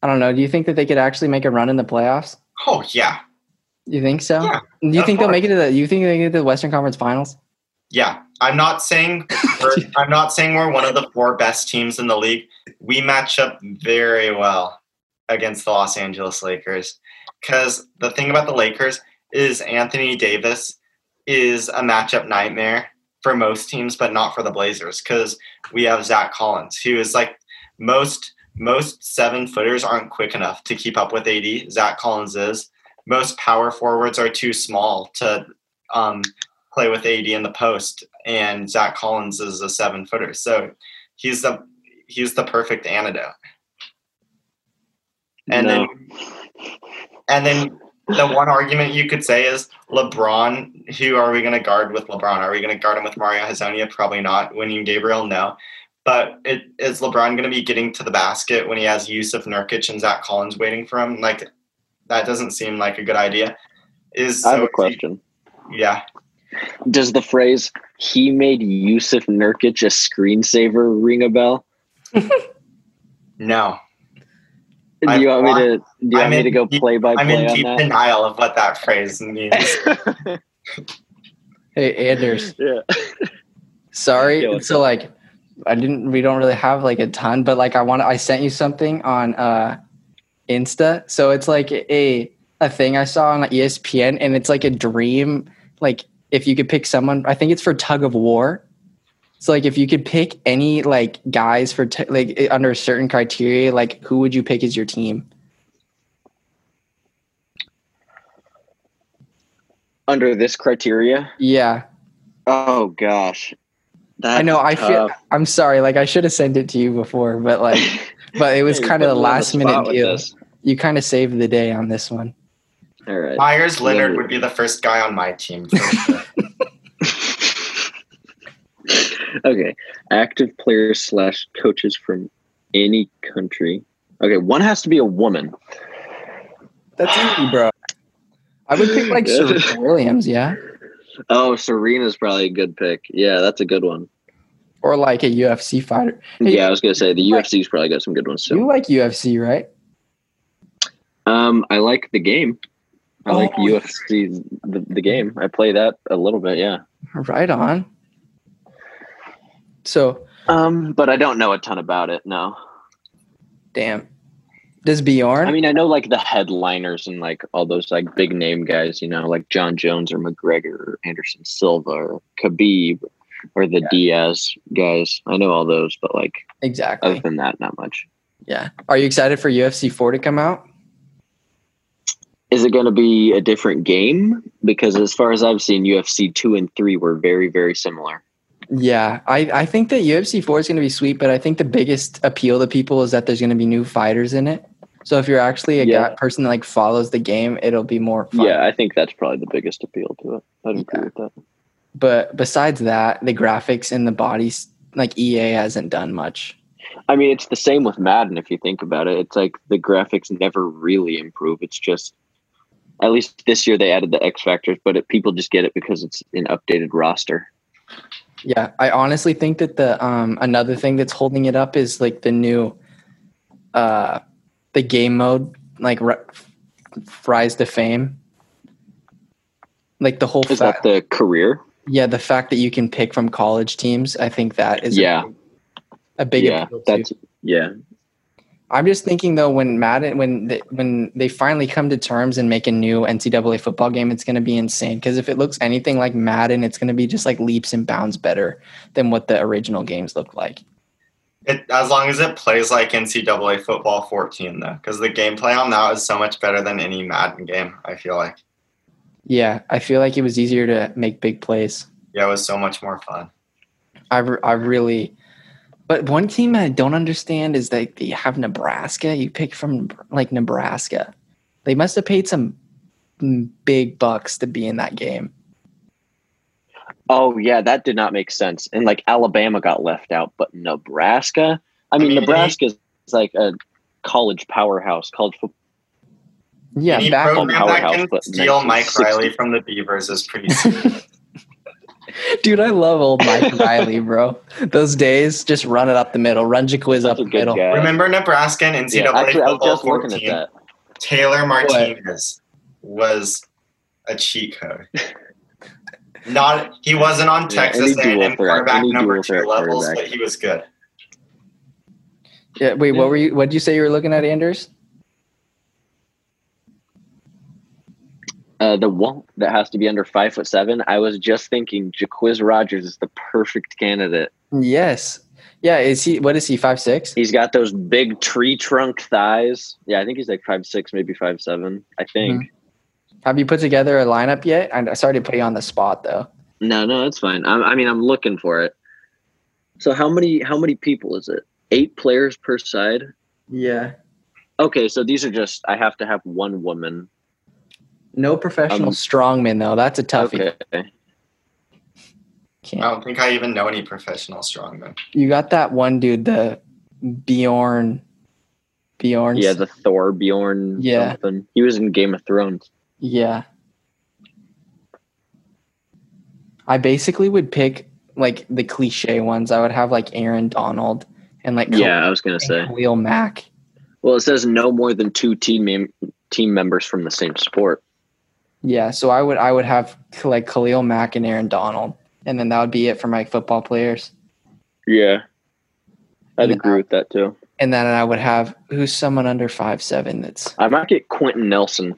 Speaker 1: I don't know. Do you think that they could actually make a run in the playoffs?
Speaker 2: Oh yeah,
Speaker 1: You think so?
Speaker 2: Yeah,
Speaker 1: Do you
Speaker 2: of
Speaker 1: think they'll
Speaker 2: course.
Speaker 1: make it to the? You think they get to the Western Conference Finals?
Speaker 2: Yeah, I'm not saying we're, I'm not saying we're one of the four best teams in the league. We match up very well against the Los Angeles Lakers because the thing about the Lakers is Anthony Davis is a matchup nightmare for most teams, but not for the Blazers because we have Zach Collins, who is like most most seven footers aren't quick enough to keep up with AD. Zach Collins is. Most power forwards are too small to um, play with AD in the post, and Zach Collins is a seven footer. So he's the he's the perfect antidote. And
Speaker 3: No.
Speaker 2: then and then the one argument you could say is LeBron, who are we gonna guard with LeBron? Are we gonna guard him with Mario Hazonia? Probably not. Winning Gabriel, no. But it, is LeBron going to be getting to the basket when he has Yusuf Nurkic and Zach Collins waiting for him? Like, that doesn't seem like a good idea. Is
Speaker 3: I have
Speaker 2: so-
Speaker 3: a question.
Speaker 2: Yeah.
Speaker 3: Does the phrase "he made Yusuf Nurkic a screensaver" ring a bell?
Speaker 2: No.
Speaker 3: Do
Speaker 2: I-
Speaker 3: you want me to? Do you
Speaker 2: I'm
Speaker 3: want me
Speaker 2: in
Speaker 3: to go
Speaker 2: deep-
Speaker 3: play by
Speaker 2: I'm
Speaker 3: play
Speaker 2: in deep
Speaker 3: on
Speaker 2: denial of what that phrase means.
Speaker 3: that?
Speaker 1: Hey Anders,
Speaker 3: yeah.
Speaker 1: sorry
Speaker 3: Yeah, what's
Speaker 1: so like i didn't we don't really have like a ton but like i want i sent you something on uh E insta so it's like a a thing i saw on espn and it's like a dream like if you could pick someone, I think it's for tug of war. So like if you could pick any like guys for t- like i- under a certain criteria, like who would you pick as your team?
Speaker 3: Under this criteria,
Speaker 1: Yeah,
Speaker 3: oh gosh, that
Speaker 1: I know. I feel I'm sorry. Like I should have sent it to you before, but like, but it was kind of the last minute deal. You kind of saved the day on this one.
Speaker 3: All right.
Speaker 2: Myers Leonard
Speaker 3: Yeah.
Speaker 2: would be the first guy on my team. For sure.
Speaker 3: okay. Active players slash coaches from any country. Okay, one has to be a woman.
Speaker 1: That's easy, bro. I would pick like Serena Williams, yeah,
Speaker 3: Oh, Serena's probably a good pick. Yeah, that's a good one.
Speaker 1: or like a UFC fighter. Hey,
Speaker 3: Yeah, I was gonna say the UFC's probably got some good ones
Speaker 1: You
Speaker 3: too.
Speaker 1: like UFC, right?
Speaker 3: Um, I like the game. I like
Speaker 1: Oh.
Speaker 3: UFC the, the game. I play that a little bit, yeah.
Speaker 1: Right on. So
Speaker 3: Um, but I don't know a ton about it. No,
Speaker 1: damn. Does Bjorn?
Speaker 3: I mean I know like the headliners and like all those like big name guys, you know, like John Jones or McGregor or Anderson Silva or Khabib or the Diaz guys. I know all those, but like other
Speaker 1: exactly.
Speaker 3: than that, not much.
Speaker 1: Yeah. Are you excited for UFC four to come out?
Speaker 3: Is it going to be a different game? Because as far as I've seen, UFC two and three were very very similar.
Speaker 1: Yeah, I, I think that UFC 4 is going to be sweet, but I think the biggest appeal to people is that there's going to be new fighters in it. So if you're actually a
Speaker 3: Yeah.
Speaker 1: guy, person that like follows the game, it'll be more fun.
Speaker 3: Yeah, I think that's probably the biggest appeal to it. I'd agree
Speaker 1: Yeah.
Speaker 3: with that.
Speaker 1: But besides that, the graphics and the bodies, like EA hasn't done much.
Speaker 3: I mean, it's the same with Madden if you think about it. It's like the graphics never really improve. It's just, at least this year they added the X factors, but it, people just get it because it's an updated roster.
Speaker 1: Yeah, I honestly think that the um another thing that's holding it up is like the new, uh, the game mode like r- rise to fame. Like the whole
Speaker 3: Is
Speaker 1: fa-
Speaker 3: that the career?
Speaker 1: Yeah, the fact that you can pick from college teams, I think that is a-
Speaker 3: Yeah.
Speaker 1: a, big
Speaker 3: yeah,
Speaker 1: appeal, too.
Speaker 3: that's yeah.
Speaker 1: I'm just thinking though, when Madden, when the, when they finally come to terms and make a new NCAA football game, it's going to be insane. Because if it looks anything like Madden, it's going to be just like leaps and bounds better than what the original games looked like.
Speaker 2: it, as long as it plays like NCAA football 14, though, because the gameplay on that is so much better than any Madden game. I feel like
Speaker 1: Yeah, I feel like it was easier to make big plays.
Speaker 2: yeah, it was so much more fun.
Speaker 1: I re- I really, but one team I don't understand is that you have Nebraska. You pick from like Nebraska. They must have paid some mm, big bucks to be in that game.
Speaker 3: Oh yeah, that did not make sense. And like Alabama got left out, but Nebraska. I mean,
Speaker 2: mean,
Speaker 3: Nebraska is like a college powerhouse, college football.
Speaker 1: Yeah,
Speaker 2: any
Speaker 1: back
Speaker 2: program that
Speaker 3: powerhouse,
Speaker 2: can
Speaker 3: but
Speaker 2: steal Mike
Speaker 3: 1960.
Speaker 2: Riley from the Beavers is pretty. sick.
Speaker 1: Dude, I love old Mike Riley, bro. Those days, just run it up the middle, run Jaquiz up
Speaker 3: That's a
Speaker 1: the
Speaker 3: good
Speaker 1: middle.
Speaker 3: guy.
Speaker 2: Remember Nebraska and NCAA
Speaker 3: Yeah, actually, I was
Speaker 2: football
Speaker 3: just looking
Speaker 2: 14?
Speaker 3: at that.
Speaker 2: Taylor Martinez was a cheat code. Not he wasn't on
Speaker 3: Yeah,
Speaker 2: Texas
Speaker 3: any
Speaker 2: A&M
Speaker 3: dual threat,
Speaker 2: quarterback
Speaker 3: any
Speaker 2: number
Speaker 3: dual
Speaker 2: two
Speaker 3: threat
Speaker 2: levels,
Speaker 3: quarterback.
Speaker 2: but he was good.
Speaker 1: Yeah, wait, what were you? What did you say you were looking at, Anders?
Speaker 3: Uh, the one that has to be under five foot seven. I was just thinking, Jaquiz Rogers is the perfect candidate.
Speaker 1: Yes. Yeah, is he? What is he? Five six?
Speaker 3: He's got those big tree trunk thighs. Yeah, I think he's like five six, maybe five seven. I think.
Speaker 1: Have you put together a lineup yet? I'm sorry to put you on the spot, though.
Speaker 3: No, no, it's fine. I'm, I mean, I'm looking for it. So how many how many people is it? Eight players per side.
Speaker 1: Yeah.
Speaker 3: Okay, so these are just I have to have one woman.
Speaker 1: No professional
Speaker 3: Um,
Speaker 1: strongman though. That's a toughie.
Speaker 3: Okay.
Speaker 2: I
Speaker 1: Can't-
Speaker 2: don't think I even know any professional strongmen.
Speaker 1: You got that one dude, the Bjorn. Bjorn.
Speaker 3: Yeah, the Thor Bjorn
Speaker 1: Yeah.
Speaker 3: something. He was in Game of Thrones.
Speaker 1: Yeah. I basically would pick like the cliche ones. I would have like Aaron Donald and like Khal-
Speaker 3: Yeah, I was gonna
Speaker 1: and
Speaker 3: say.
Speaker 1: Khalil Mack.
Speaker 3: Well, it says no more than two team mem- team members from the same sport.
Speaker 1: Yeah, so I would I would have like Khalil Mack and Aaron Donald, and then that would be it for my football players.
Speaker 3: Yeah, I'd
Speaker 1: Yeah.
Speaker 3: agree with that too.
Speaker 1: And then I would have who's someone under five seven that's
Speaker 3: I might get Quentin Nelson,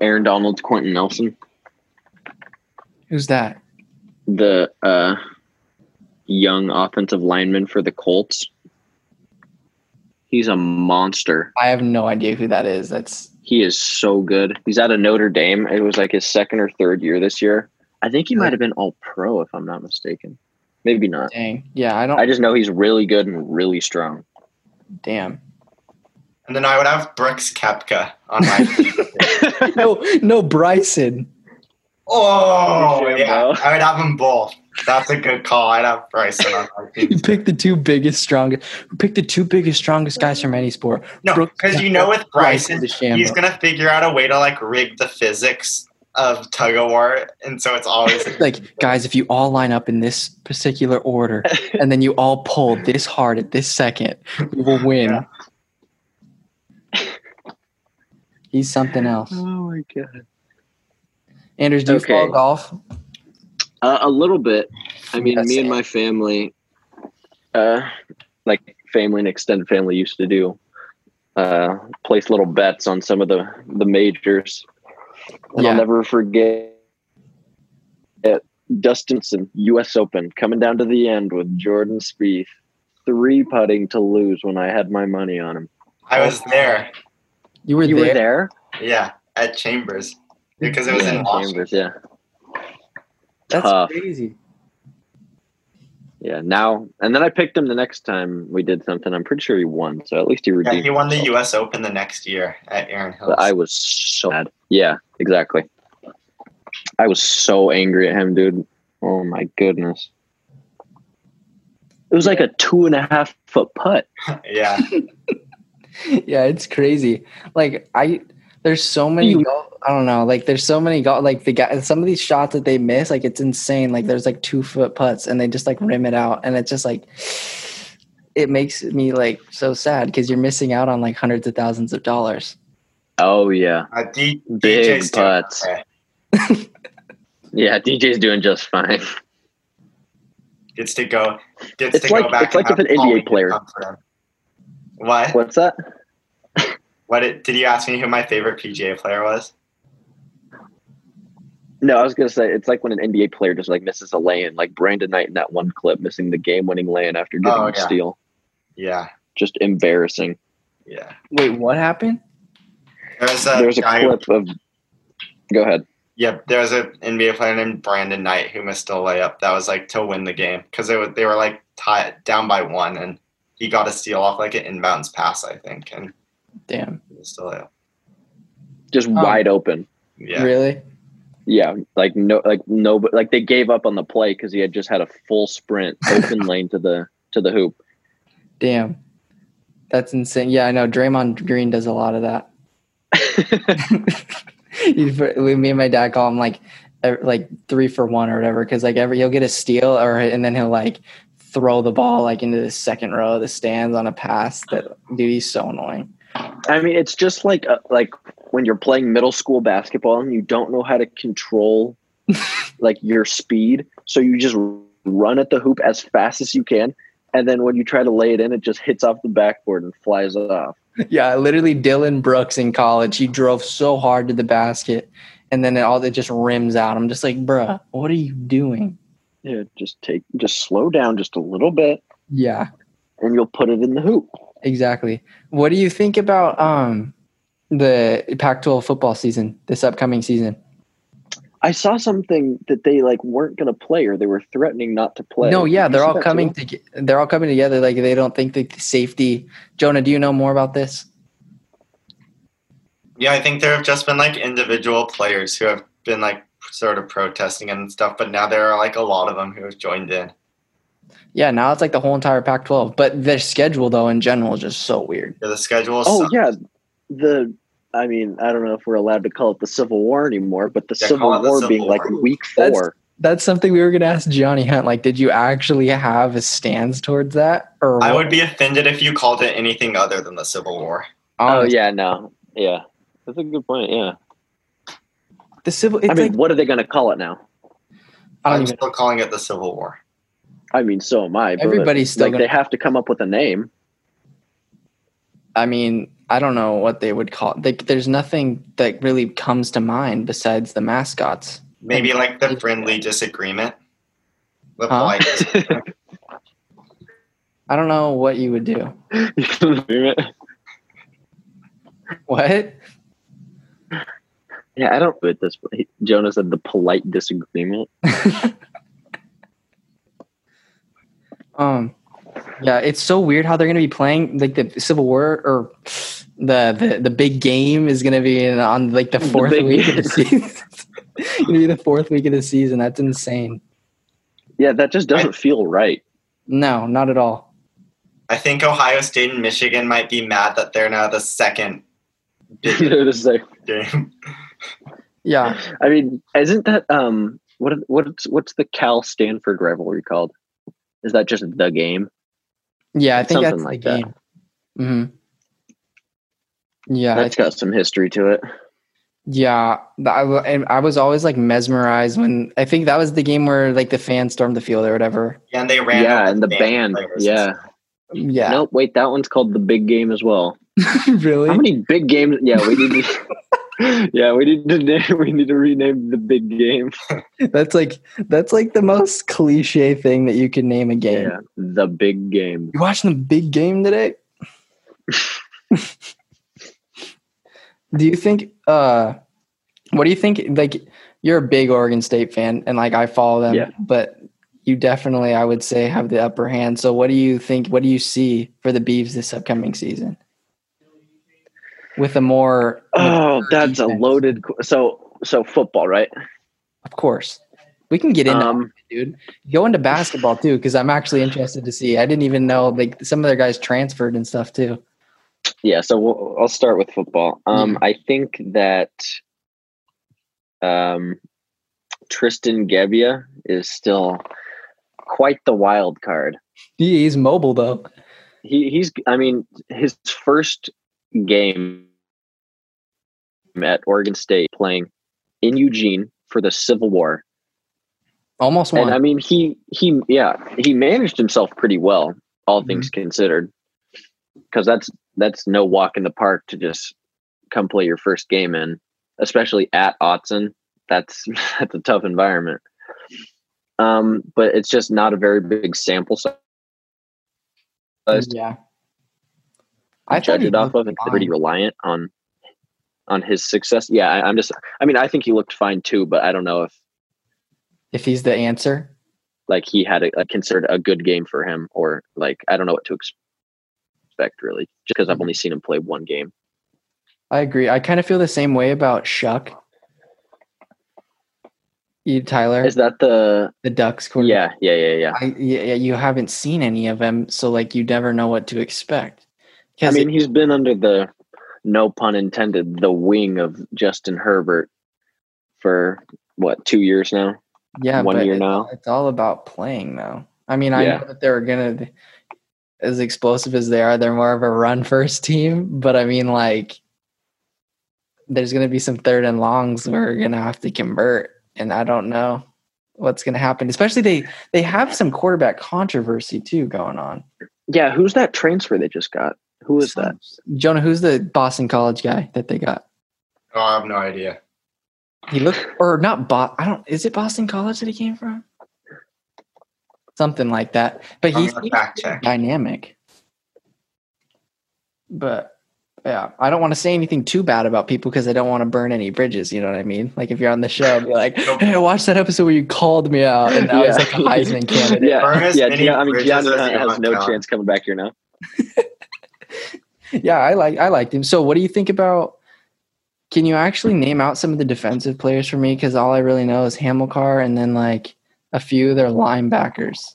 Speaker 3: Aaron Donald, Quentin Nelson.
Speaker 1: Who's that?
Speaker 3: the uh, young offensive lineman for the Colts. He's a monster.
Speaker 1: I have no idea who that is. That's
Speaker 3: He is so good. He's out of Notre Dame. It was like his second or third year this year. I think he might have been all pro, if I'm not mistaken. Maybe not.
Speaker 1: dang. Yeah, I don't.
Speaker 3: I just know he's really good and really strong.
Speaker 1: damn.
Speaker 2: And then I would have Brooks Kepka on my.
Speaker 1: No, no, Bryson.
Speaker 2: oh,
Speaker 3: Sure,
Speaker 2: yeah.
Speaker 3: bro.
Speaker 2: I would have them both. That's a good call. I'd have Bryson on my
Speaker 1: You
Speaker 2: team.
Speaker 1: pick the two biggest, strongest. Pick the two biggest, strongest guys from any sport.
Speaker 2: No,
Speaker 1: Brooks
Speaker 2: because you know with Bryson,
Speaker 1: DeChambeau.
Speaker 2: he's gonna figure out a way to like rig the physics of tug of war, and so it's always
Speaker 1: like guys if you all line up in this particular order and then you all pull this hard at this second we will win
Speaker 2: Yeah.
Speaker 1: he's something else
Speaker 3: my god!
Speaker 1: anders do you
Speaker 3: Okay.
Speaker 1: follow golf
Speaker 3: Uh, a little bit. I mean,
Speaker 1: That's
Speaker 3: me
Speaker 1: it.
Speaker 3: and my family, uh, like family and extended family, used to do uh, place little bets on some of the the majors. And
Speaker 1: Yeah.
Speaker 3: I'll never forget it. Dustin's U.S. Open coming down to the end with Jordan Spieth three putting to lose when I had my money on him.
Speaker 2: I was there.
Speaker 1: you were,
Speaker 3: you
Speaker 1: there.
Speaker 3: were there
Speaker 2: Yeah, at Chambers because it was
Speaker 3: yeah,
Speaker 2: in Washington.
Speaker 3: Chambers, yeah.
Speaker 1: that's
Speaker 3: Tough.
Speaker 1: crazy
Speaker 3: Yeah, now and then I picked him the next time we did something. I'm pretty sure he won, so at least he
Speaker 2: Yeah,
Speaker 3: redeemed.
Speaker 2: he won the
Speaker 3: himself.
Speaker 2: U.S. Open the next year at Aaron Hills.
Speaker 3: But I was so mad. Yeah, exactly. I was so angry at him, dude. Oh my goodness. It was like a two and a half foot putt.
Speaker 2: yeah,
Speaker 1: yeah it's crazy like i there's so many
Speaker 3: You-
Speaker 1: gol- i don't know like there's so many golf like the guy some of these shots that they miss like it's insane like there's like two foot putts and they just like rim it out and it's just like it makes me like so sad because you're missing out on like hundreds of thousands of dollars
Speaker 3: Oh yeah.
Speaker 2: uh, D-
Speaker 3: Big
Speaker 2: DJ's doing
Speaker 3: putts.
Speaker 2: okay.
Speaker 3: Yeah, DJ's doing just fine.
Speaker 2: Gets to go. Gets
Speaker 3: It's
Speaker 2: to go
Speaker 3: like-
Speaker 2: back.
Speaker 3: it's like
Speaker 2: and
Speaker 3: if an
Speaker 2: have
Speaker 3: NBA
Speaker 2: all weekend
Speaker 3: player-
Speaker 2: come for him. What? What,
Speaker 3: What's that?
Speaker 2: it, did you ask me who my favorite PGA player was?
Speaker 3: No, I was gonna say it's like when an NBA player just like misses a lay in, like Brandon Knight in that one clip missing the game winning lay in after getting
Speaker 2: Oh,
Speaker 3: a
Speaker 2: yeah.
Speaker 3: steal.
Speaker 2: Yeah,
Speaker 3: Just embarrassing.
Speaker 2: yeah.
Speaker 1: wait what happened
Speaker 2: There was a,
Speaker 3: There's a
Speaker 2: guy-
Speaker 3: clip of. Go ahead.
Speaker 2: Yep, there was an NBA player named Brandon Knight who missed a layup that was like to win the game because they were they were like tied down by one and he got a steal off like an inbounds pass I think and
Speaker 1: damn
Speaker 2: it was still layup.
Speaker 3: Just wide open.
Speaker 2: Yeah,
Speaker 1: really
Speaker 3: Yeah, like no, like no, but like they gave up on the play because he had just had a full sprint open lane to the to the hoop.
Speaker 1: damn that's insane yeah i know draymond green does a lot of that You- for- me and my dad call him like ev- like three for one or whatever because like every he'll get a steal or and then he'll like throw the ball like into the second row of the stands on a pass that dude he's so annoying
Speaker 3: I mean, it's just like uh, like when you're playing middle school basketball and you don't know how to control like your speed, so you just run at the hoop as fast as you can, and then when you try to lay it in, it just hits off the backboard and flies off.
Speaker 1: yeah literally dylan brooks in college he drove so hard to the basket and then it all that just rims out i'm just like bruh what are you doing
Speaker 3: Yeah, just take, just slow down just a little bit,
Speaker 1: yeah
Speaker 3: and you'll put it in the hoop.
Speaker 1: exactly what do you think about um the pac 12 football season this upcoming season
Speaker 3: I saw something that they like weren't going to play or they were threatening not to play.
Speaker 1: No, yeah,
Speaker 3: Did you
Speaker 1: they're
Speaker 3: see
Speaker 1: all
Speaker 3: that
Speaker 1: coming.
Speaker 3: too?
Speaker 1: To, they're all coming together. Like they don't think that the safety. Jonah, do you know more about this?
Speaker 2: yeah. I think there have just been like individual players who have been like sort of protesting and stuff, but now there are like a lot of them who have joined in.
Speaker 1: Yeah, now it's like the whole entire Pac-12, but their schedule though in general is just so weird.
Speaker 2: Yeah, the schedule.
Speaker 3: Oh
Speaker 2: sucks.
Speaker 3: yeah, the I mean I don't know if we're allowed to call it the Civil War anymore, but the
Speaker 2: Yeah,
Speaker 3: Civil
Speaker 2: call it
Speaker 3: War
Speaker 2: the Civil
Speaker 3: being like
Speaker 2: War.
Speaker 3: week
Speaker 1: That's-
Speaker 3: four.
Speaker 1: That's something we were gonna ask Johnny Hunt. Like, did you actually have a stance towards that? Or
Speaker 2: I
Speaker 1: what?
Speaker 2: would be offended if you called it anything other than the Civil War.
Speaker 3: Oh
Speaker 1: Honest-
Speaker 3: yeah, no, yeah, that's a good point. Yeah,
Speaker 1: the civil. It's
Speaker 3: I mean,
Speaker 1: like
Speaker 3: what are they going to call it now?
Speaker 1: I don't
Speaker 2: I'm
Speaker 1: even.
Speaker 2: still calling it the Civil War.
Speaker 3: I mean, so am I. But
Speaker 1: Everybody's still
Speaker 3: like
Speaker 1: gonna-
Speaker 3: they have to come up with a name.
Speaker 1: I mean, I don't know what they would call. Like, there's nothing that really comes to mind besides the mascots.
Speaker 2: Maybe like the friendly disagreement. The
Speaker 1: Huh?
Speaker 2: polite disagreement.
Speaker 1: I don't know what you would do. What?
Speaker 3: yeah, I don't do it this way. Jonah said the polite disagreement.
Speaker 1: Um, yeah, it's so weird how they're gonna be playing like the Civil War or the the, the big game is gonna be in, on like the
Speaker 3: The
Speaker 1: fourth
Speaker 3: big
Speaker 1: week of the
Speaker 3: game.
Speaker 1: season. It's gonna be the fourth week of the season. That's insane.
Speaker 3: Yeah, that just doesn't feel right.
Speaker 1: No, not at all.
Speaker 2: I think Ohio State and Michigan might be mad that they're now the second biggest
Speaker 3: They're the same.
Speaker 2: game.
Speaker 1: Yeah,
Speaker 3: I mean, isn't that um what what's what's the Cal Stanford rivalry called? Is that just the game?
Speaker 1: yeah, I think
Speaker 3: Something
Speaker 1: that's
Speaker 3: like
Speaker 1: the
Speaker 3: that.
Speaker 1: game. Mm-hmm. Yeah, I
Speaker 3: That's got some history to it.
Speaker 1: Yeah, th- I, wa- and I was always like mesmerized when I think that was the game where like the fans stormed the field or whatever.
Speaker 2: Yeah, and they ran.
Speaker 3: yeah,
Speaker 2: over
Speaker 3: and the
Speaker 2: Bama
Speaker 3: band.
Speaker 2: players.
Speaker 3: Yeah.
Speaker 1: Yeah,
Speaker 3: Nope, wait, that one's called the big game as well. How
Speaker 1: really?
Speaker 3: many big games? Yeah, we need to. yeah, we need to name, we need to rename the big game.
Speaker 1: That's like that's like the most cliche thing that you can name a game.
Speaker 3: Yeah, the big game.
Speaker 1: You watching the big game today? do you think? uh What do you think? Like, you're a big Oregon State fan, and like I follow them,
Speaker 3: Yeah.
Speaker 1: but you definitely, I would say, have the upper hand. So, what do you think? What do you see for the Beavs this upcoming season? With a more,
Speaker 3: Oh, that's a
Speaker 1: defense.
Speaker 3: loaded. qu- So, so football, right?
Speaker 1: of course, we can get into
Speaker 3: Um,
Speaker 1: dude. Go into basketball too, because I'm actually interested to see. I didn't even know like some of their guys transferred and stuff too.
Speaker 3: yeah. So we'll, I'll start with football. Um,
Speaker 1: Yeah.
Speaker 3: I think that, um, Tristan Gebbia is still quite the wild card.
Speaker 1: He- He's mobile though.
Speaker 3: he he's i mean his first game at oregon state playing in eugene for the civil war
Speaker 1: Almost
Speaker 3: and
Speaker 1: one.
Speaker 3: i mean he he yeah he managed himself pretty well all
Speaker 1: Mm-hmm.
Speaker 3: things considered because that's that's no walk in the park to just come play your first game in especially at otson that's that's a tough environment um but it's just not a very big sample size buzzed.
Speaker 1: yeah. Mm-hmm.
Speaker 3: I
Speaker 1: thought
Speaker 3: judge
Speaker 1: he
Speaker 3: it off
Speaker 1: looked
Speaker 3: of and pretty
Speaker 1: fine.
Speaker 3: reliant on on his success. Yeah, I, I'm just. I mean, I think he looked fine too, but I don't know if
Speaker 1: If he's the answer,
Speaker 3: like he had a, like, considered a good game for him or like I don't know what to ex- expect really, just because
Speaker 1: Mm-hmm.
Speaker 3: I've only seen him play one game.
Speaker 1: I agree. I kind of feel the same way about Shuck. You Tyler,
Speaker 3: Is that the?
Speaker 1: the Ducks quarterback.
Speaker 3: Yeah, yeah, yeah, yeah.
Speaker 1: I, yeah, yeah, you haven't seen any of them, so like you never know what to expect.
Speaker 3: I
Speaker 1: 'Cause
Speaker 3: mean,
Speaker 1: it-
Speaker 3: he's been under the no pun intended the wing of Justin Herbert for what two years now?
Speaker 1: yeah,
Speaker 3: one
Speaker 1: but
Speaker 3: year
Speaker 1: it-
Speaker 3: now.
Speaker 1: It's all about playing, though. I mean, I
Speaker 3: Yeah.
Speaker 1: know that they're gonna, as explosive as they are, they're more of a run first team. But I mean, like, there's gonna be some third and longs where we're gonna have to convert, and I don't know what's gonna happen. Especially they they have some quarterback controversy too going on.
Speaker 3: Yeah, who's that transfer they just got? Who is that?
Speaker 1: Jonah? Who's the Boston College guy that they got?
Speaker 2: Oh, I have no idea.
Speaker 1: He looked, or not, Bo- I don't, is it Boston College that he came from? Something like that. But
Speaker 2: I'm
Speaker 1: he's
Speaker 2: gonna fact check.
Speaker 1: dynamic. But yeah, I don't want to say anything too bad about people because I don't want to burn any bridges. You know what I mean? Like if you're on the show, be like,
Speaker 2: Nope.
Speaker 1: hey, watch that episode where you called me out Uh, and I was
Speaker 3: Yeah.
Speaker 1: like a Heisman candidate.
Speaker 3: Yeah,
Speaker 2: Burn as
Speaker 3: yeah.
Speaker 2: many
Speaker 3: Gian- I mean,
Speaker 2: bridges
Speaker 3: Gianni
Speaker 2: as you
Speaker 3: has
Speaker 2: want,
Speaker 3: no
Speaker 2: John.
Speaker 3: chance coming back here now.
Speaker 1: Yeah, I like I liked him. So what do you think about can you actually name out some of the defensive players for me? Because all I really know is Hamilcar and then like a few of their linebackers.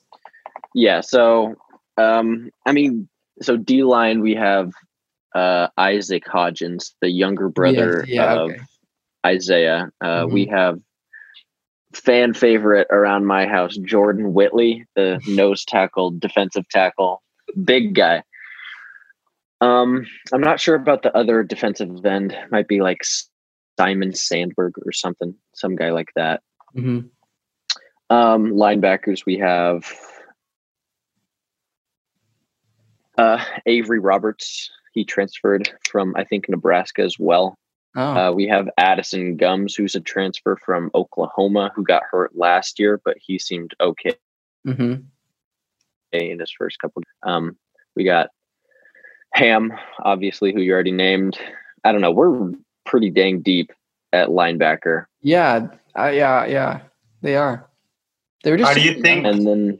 Speaker 3: Yeah. So, um, I mean, so D line we have uh, Isaac Hodgins, the younger brother
Speaker 1: yeah,
Speaker 3: of
Speaker 1: okay.
Speaker 3: Isaiah. Uh,
Speaker 1: Mhm.
Speaker 3: We have fan favorite around my house, Jordan Whitley, the nose tackle, defensive tackle, big guy. Um, I'm not sure about the other defensive end. Might be like Simon Sandberg or something, some guy like that.
Speaker 1: hmm
Speaker 3: Um, linebackers, we have uh, Avery Roberts. He transferred from, I think, Nebraska as well.
Speaker 1: Oh,
Speaker 3: Uh, we have Addison Gums, who's a transfer from Oklahoma, who got hurt last year, but he seemed okay
Speaker 1: hmm
Speaker 3: in his first couple. Um, we got Ham, obviously, who you already named. I don't know. We're pretty dang deep at linebacker,
Speaker 1: yeah, uh, yeah, yeah. They are. They were just.
Speaker 2: How do you think-
Speaker 3: and then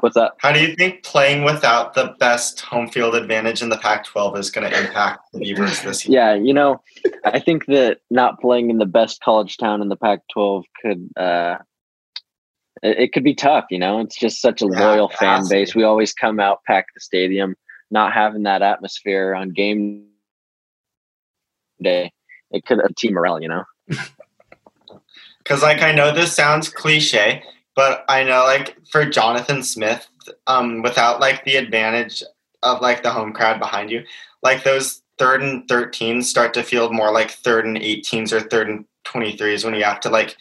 Speaker 3: what's that?
Speaker 2: How do you think playing without the best home field advantage in the Pac-12 is going to impact the Beavers this year?
Speaker 3: Yeah, you know, I think that not playing in the best college town in the Pac-12 could uh it, it could be tough, you know. It's just such a
Speaker 2: Yeah,
Speaker 3: loyal fan
Speaker 2: absolutely.
Speaker 3: base. We always come out pack the stadium, not having that atmosphere on game day. It could a team morale, you know.
Speaker 2: Because like I know this sounds cliche, but I know like for Jonathan Smith, um, without like the advantage of like the home crowd behind you, like those third and thirteens start to feel more like third and eighteens or third and twenty threes when you have to like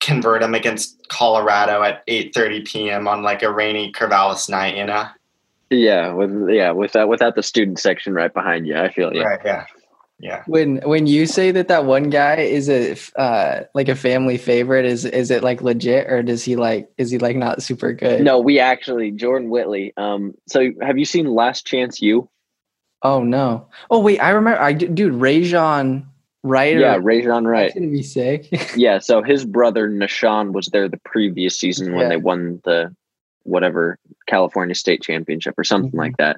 Speaker 2: convert them against Colorado at eight thirty p.m. on like a rainy Corvallis night, you know?
Speaker 3: Yeah, with yeah, without without the student section right behind you. I feel you.
Speaker 2: Right? Yeah. Yeah.
Speaker 1: when when you say that that one guy is a f- uh, like a family favorite, is is it like legit or does he like is he like not super good?
Speaker 3: No, we actually Jordan Whitley. Um so have you seen Last Chance You?
Speaker 1: Oh no. Oh wait, I remember. I d- dude, Rajon Wright.
Speaker 3: Yeah,
Speaker 1: or,
Speaker 3: Rajon Wright.
Speaker 1: That's gonna be sick.
Speaker 3: yeah, so his brother Nashawn was there the previous season when
Speaker 1: Yeah.
Speaker 3: they won the whatever California State Championship or something
Speaker 1: Mhm.
Speaker 3: like that.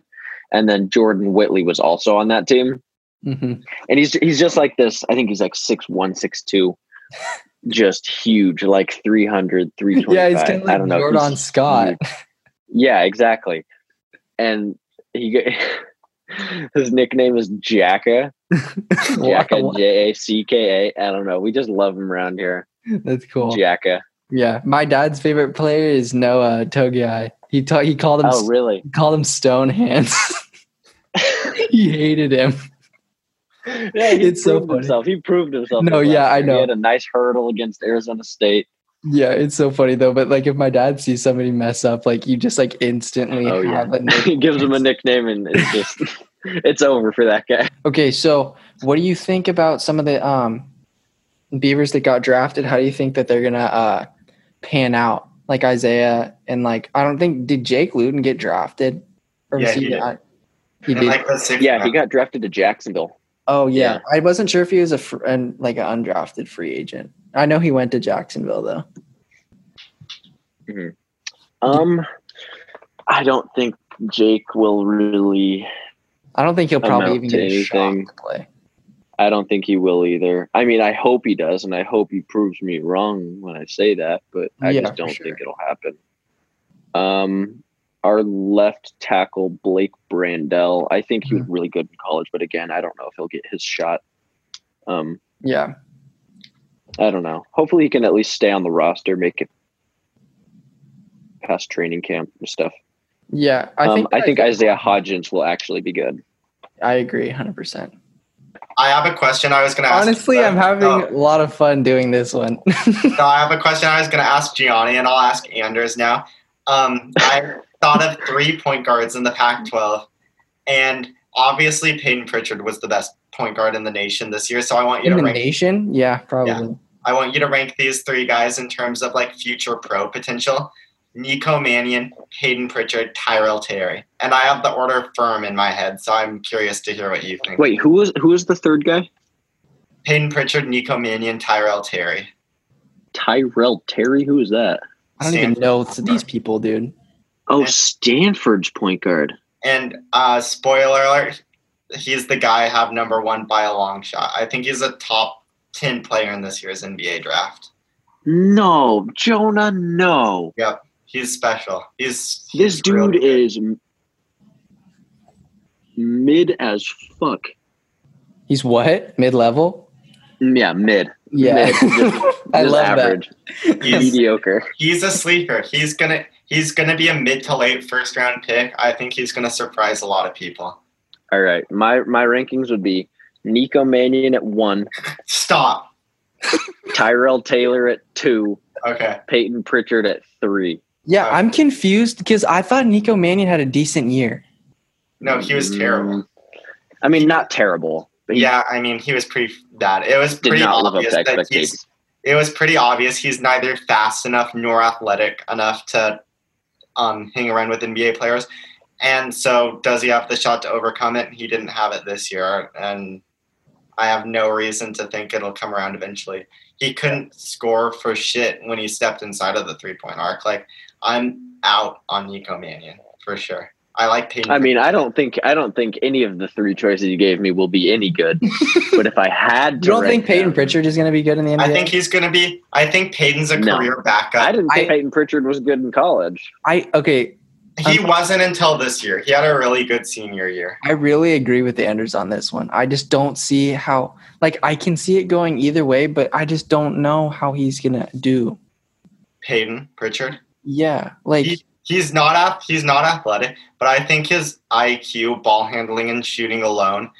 Speaker 3: And then Jordan Whitley was also on that team.
Speaker 1: Mhm.
Speaker 3: And he's he's just like this. I think he's like six one, six two. Just huge, like 300, 325.
Speaker 1: Yeah, he's kind of
Speaker 3: I
Speaker 1: like
Speaker 3: don't know.
Speaker 1: Jordan
Speaker 3: he's
Speaker 1: Scott.
Speaker 3: yeah, exactly. And he get- his nickname is Jacka. Jacka,
Speaker 1: Wow,
Speaker 3: J A C K A. I don't know. We just love him around here.
Speaker 1: That's cool.
Speaker 3: Jacka.
Speaker 1: Yeah, my dad's favorite player is Noah Togiai. He ta- he called him
Speaker 3: Oh, really?
Speaker 1: he called him Stone Hands. he hated him.
Speaker 3: yeah, he
Speaker 1: It's so
Speaker 3: proved
Speaker 1: funny.
Speaker 3: himself. He proved himself.
Speaker 1: No,
Speaker 3: last
Speaker 1: yeah, I
Speaker 3: year.
Speaker 1: know.
Speaker 3: He had a nice hurdle against Arizona State.
Speaker 1: Yeah, it's so funny though. But like, if my dad sees somebody mess up, like you just like instantly
Speaker 3: Oh, yeah.
Speaker 1: have a nick-
Speaker 3: he gives him a nickname, and it's just it's over for that guy.
Speaker 1: Okay, so what do you think about some of the um, Beavers that got drafted? How do you think that they're gonna uh, pan out? Like Isaiah and like I don't think did Jake Luton get drafted? Or was
Speaker 2: Yeah, he did.
Speaker 1: not? He
Speaker 2: And
Speaker 1: did.
Speaker 2: like the sixth
Speaker 3: Yeah, he
Speaker 2: round.
Speaker 3: got drafted to Jacksonville.
Speaker 1: oh yeah.
Speaker 3: yeah.
Speaker 1: I wasn't sure if he was a fr- an, like an undrafted free agent. I know he went to Jacksonville though.
Speaker 3: Um, I don't think Jake will really.
Speaker 1: I don't think he'll probably
Speaker 3: Amount
Speaker 1: even
Speaker 3: to
Speaker 1: get a shot
Speaker 3: anything.
Speaker 1: to play.
Speaker 3: I don't think he will either. I mean, I hope he does, and I hope he proves me wrong when I say that, but I
Speaker 1: Yeah,
Speaker 3: just
Speaker 1: for
Speaker 3: don't
Speaker 1: sure.
Speaker 3: think it'll happen. Um, our left tackle Blake Brandell. I think
Speaker 1: Mm-hmm.
Speaker 3: he was really good in college, but again, I don't know if he'll get his shot. Um,
Speaker 1: Yeah,
Speaker 3: I don't know. Hopefully, he can at least stay on the roster, make it past training camp and stuff.
Speaker 1: yeah. I
Speaker 3: I um,
Speaker 1: think
Speaker 3: think I think Isaiah Hodgins will actually be good.
Speaker 1: I agree, hundred percent.
Speaker 2: I have a question I was going to ask.
Speaker 1: Honestly, I'm having
Speaker 2: Oh.
Speaker 1: a lot of fun doing this one.
Speaker 2: No, I have a question I was going to ask Gianni, and I'll ask Anders now. Um, I thought of three point guards in the Pac 12, and obviously Peyton Pritchard was the best point guard in the nation this year. So I want you
Speaker 1: In
Speaker 2: to
Speaker 1: the
Speaker 2: rank.
Speaker 1: nation, yeah, probably.
Speaker 2: I want you to rank these three guys in terms of like future pro potential. Nico Mannion, Peyton Pritchard, Tyrell Terry, and I have the order firm in my head, so I'm curious to hear what you think.
Speaker 3: Wait, who was who was the third guy?
Speaker 2: Peyton Pritchard, Nico Mannion, Tyrell Terry.
Speaker 3: Tyrell Terry. Who is that?
Speaker 1: I don't even
Speaker 2: Stanford.
Speaker 1: know th- these people, dude.
Speaker 3: Oh,
Speaker 2: Yeah.
Speaker 3: Stanford's point guard.
Speaker 2: And uh, spoiler alert, he's the guy I have number one by a long shot. I think he's a top 10 player in this year's NBA draft.
Speaker 3: No, Jonah, no.
Speaker 2: He's special. He's,
Speaker 3: This
Speaker 2: he's
Speaker 3: dude
Speaker 2: really good.
Speaker 3: is m- mid as fuck.
Speaker 1: He's what mid level?
Speaker 3: Mm, Yeah, mid.
Speaker 1: Yeah,
Speaker 3: Mid. Just-
Speaker 1: I
Speaker 3: just
Speaker 1: love
Speaker 3: average.
Speaker 2: He's,
Speaker 3: Mediocre.
Speaker 2: he's a sleeper. He's gonna he's gonna be a mid to late first round pick. I think he's gonna surprise a lot of people.
Speaker 3: All right. My my rankings would be Nico Mannion at one,
Speaker 2: Stop.
Speaker 3: Tyrell Taylor at two,
Speaker 2: Okay.
Speaker 3: Peyton Pritchard at three.
Speaker 1: Yeah, I'm confused because I thought Nico Mannion had a decent year.
Speaker 2: No, he was
Speaker 3: Mm,
Speaker 2: terrible.
Speaker 3: I mean, not terrible. But he
Speaker 2: yeah, I mean, he was pretty bad. It was
Speaker 3: did
Speaker 2: pretty
Speaker 3: not live up
Speaker 2: obvious
Speaker 3: to
Speaker 2: that he's
Speaker 3: expectations.
Speaker 2: it was pretty obvious he's neither fast enough nor athletic enough to um, hang around with NBA players. And so, does he have the shot to overcome it? He didn't have it this year, and I have no reason to think it'll come around eventually. He couldn't score for shit when he stepped inside of the three point arc. Like, I'm out on Nico Mannion for sure. I like Peyton.
Speaker 3: I mean, I don't think I don't think any of the three choices you gave me will be any good. but if I had to,
Speaker 1: You don't
Speaker 3: rank
Speaker 1: think Peyton
Speaker 3: them-
Speaker 1: Pritchard is going to be good in the NBA?
Speaker 2: I think he's going to be. I think Peyton's a
Speaker 3: No.
Speaker 2: career backup.
Speaker 3: I didn't think
Speaker 1: I-
Speaker 3: Peyton Pritchard was good in college.
Speaker 1: I okay.
Speaker 2: He
Speaker 1: Um,
Speaker 2: wasn't until this year. He had a really good senior year.
Speaker 1: I really agree with Anders on this one. I just don't see how. Like, I can see it going either way, but I just don't know how he's going to do.
Speaker 2: Peyton Pritchard.
Speaker 1: Yeah, like
Speaker 2: He, he's not ath- he's not athletic, but I think his IQ, ball handling, and shooting alone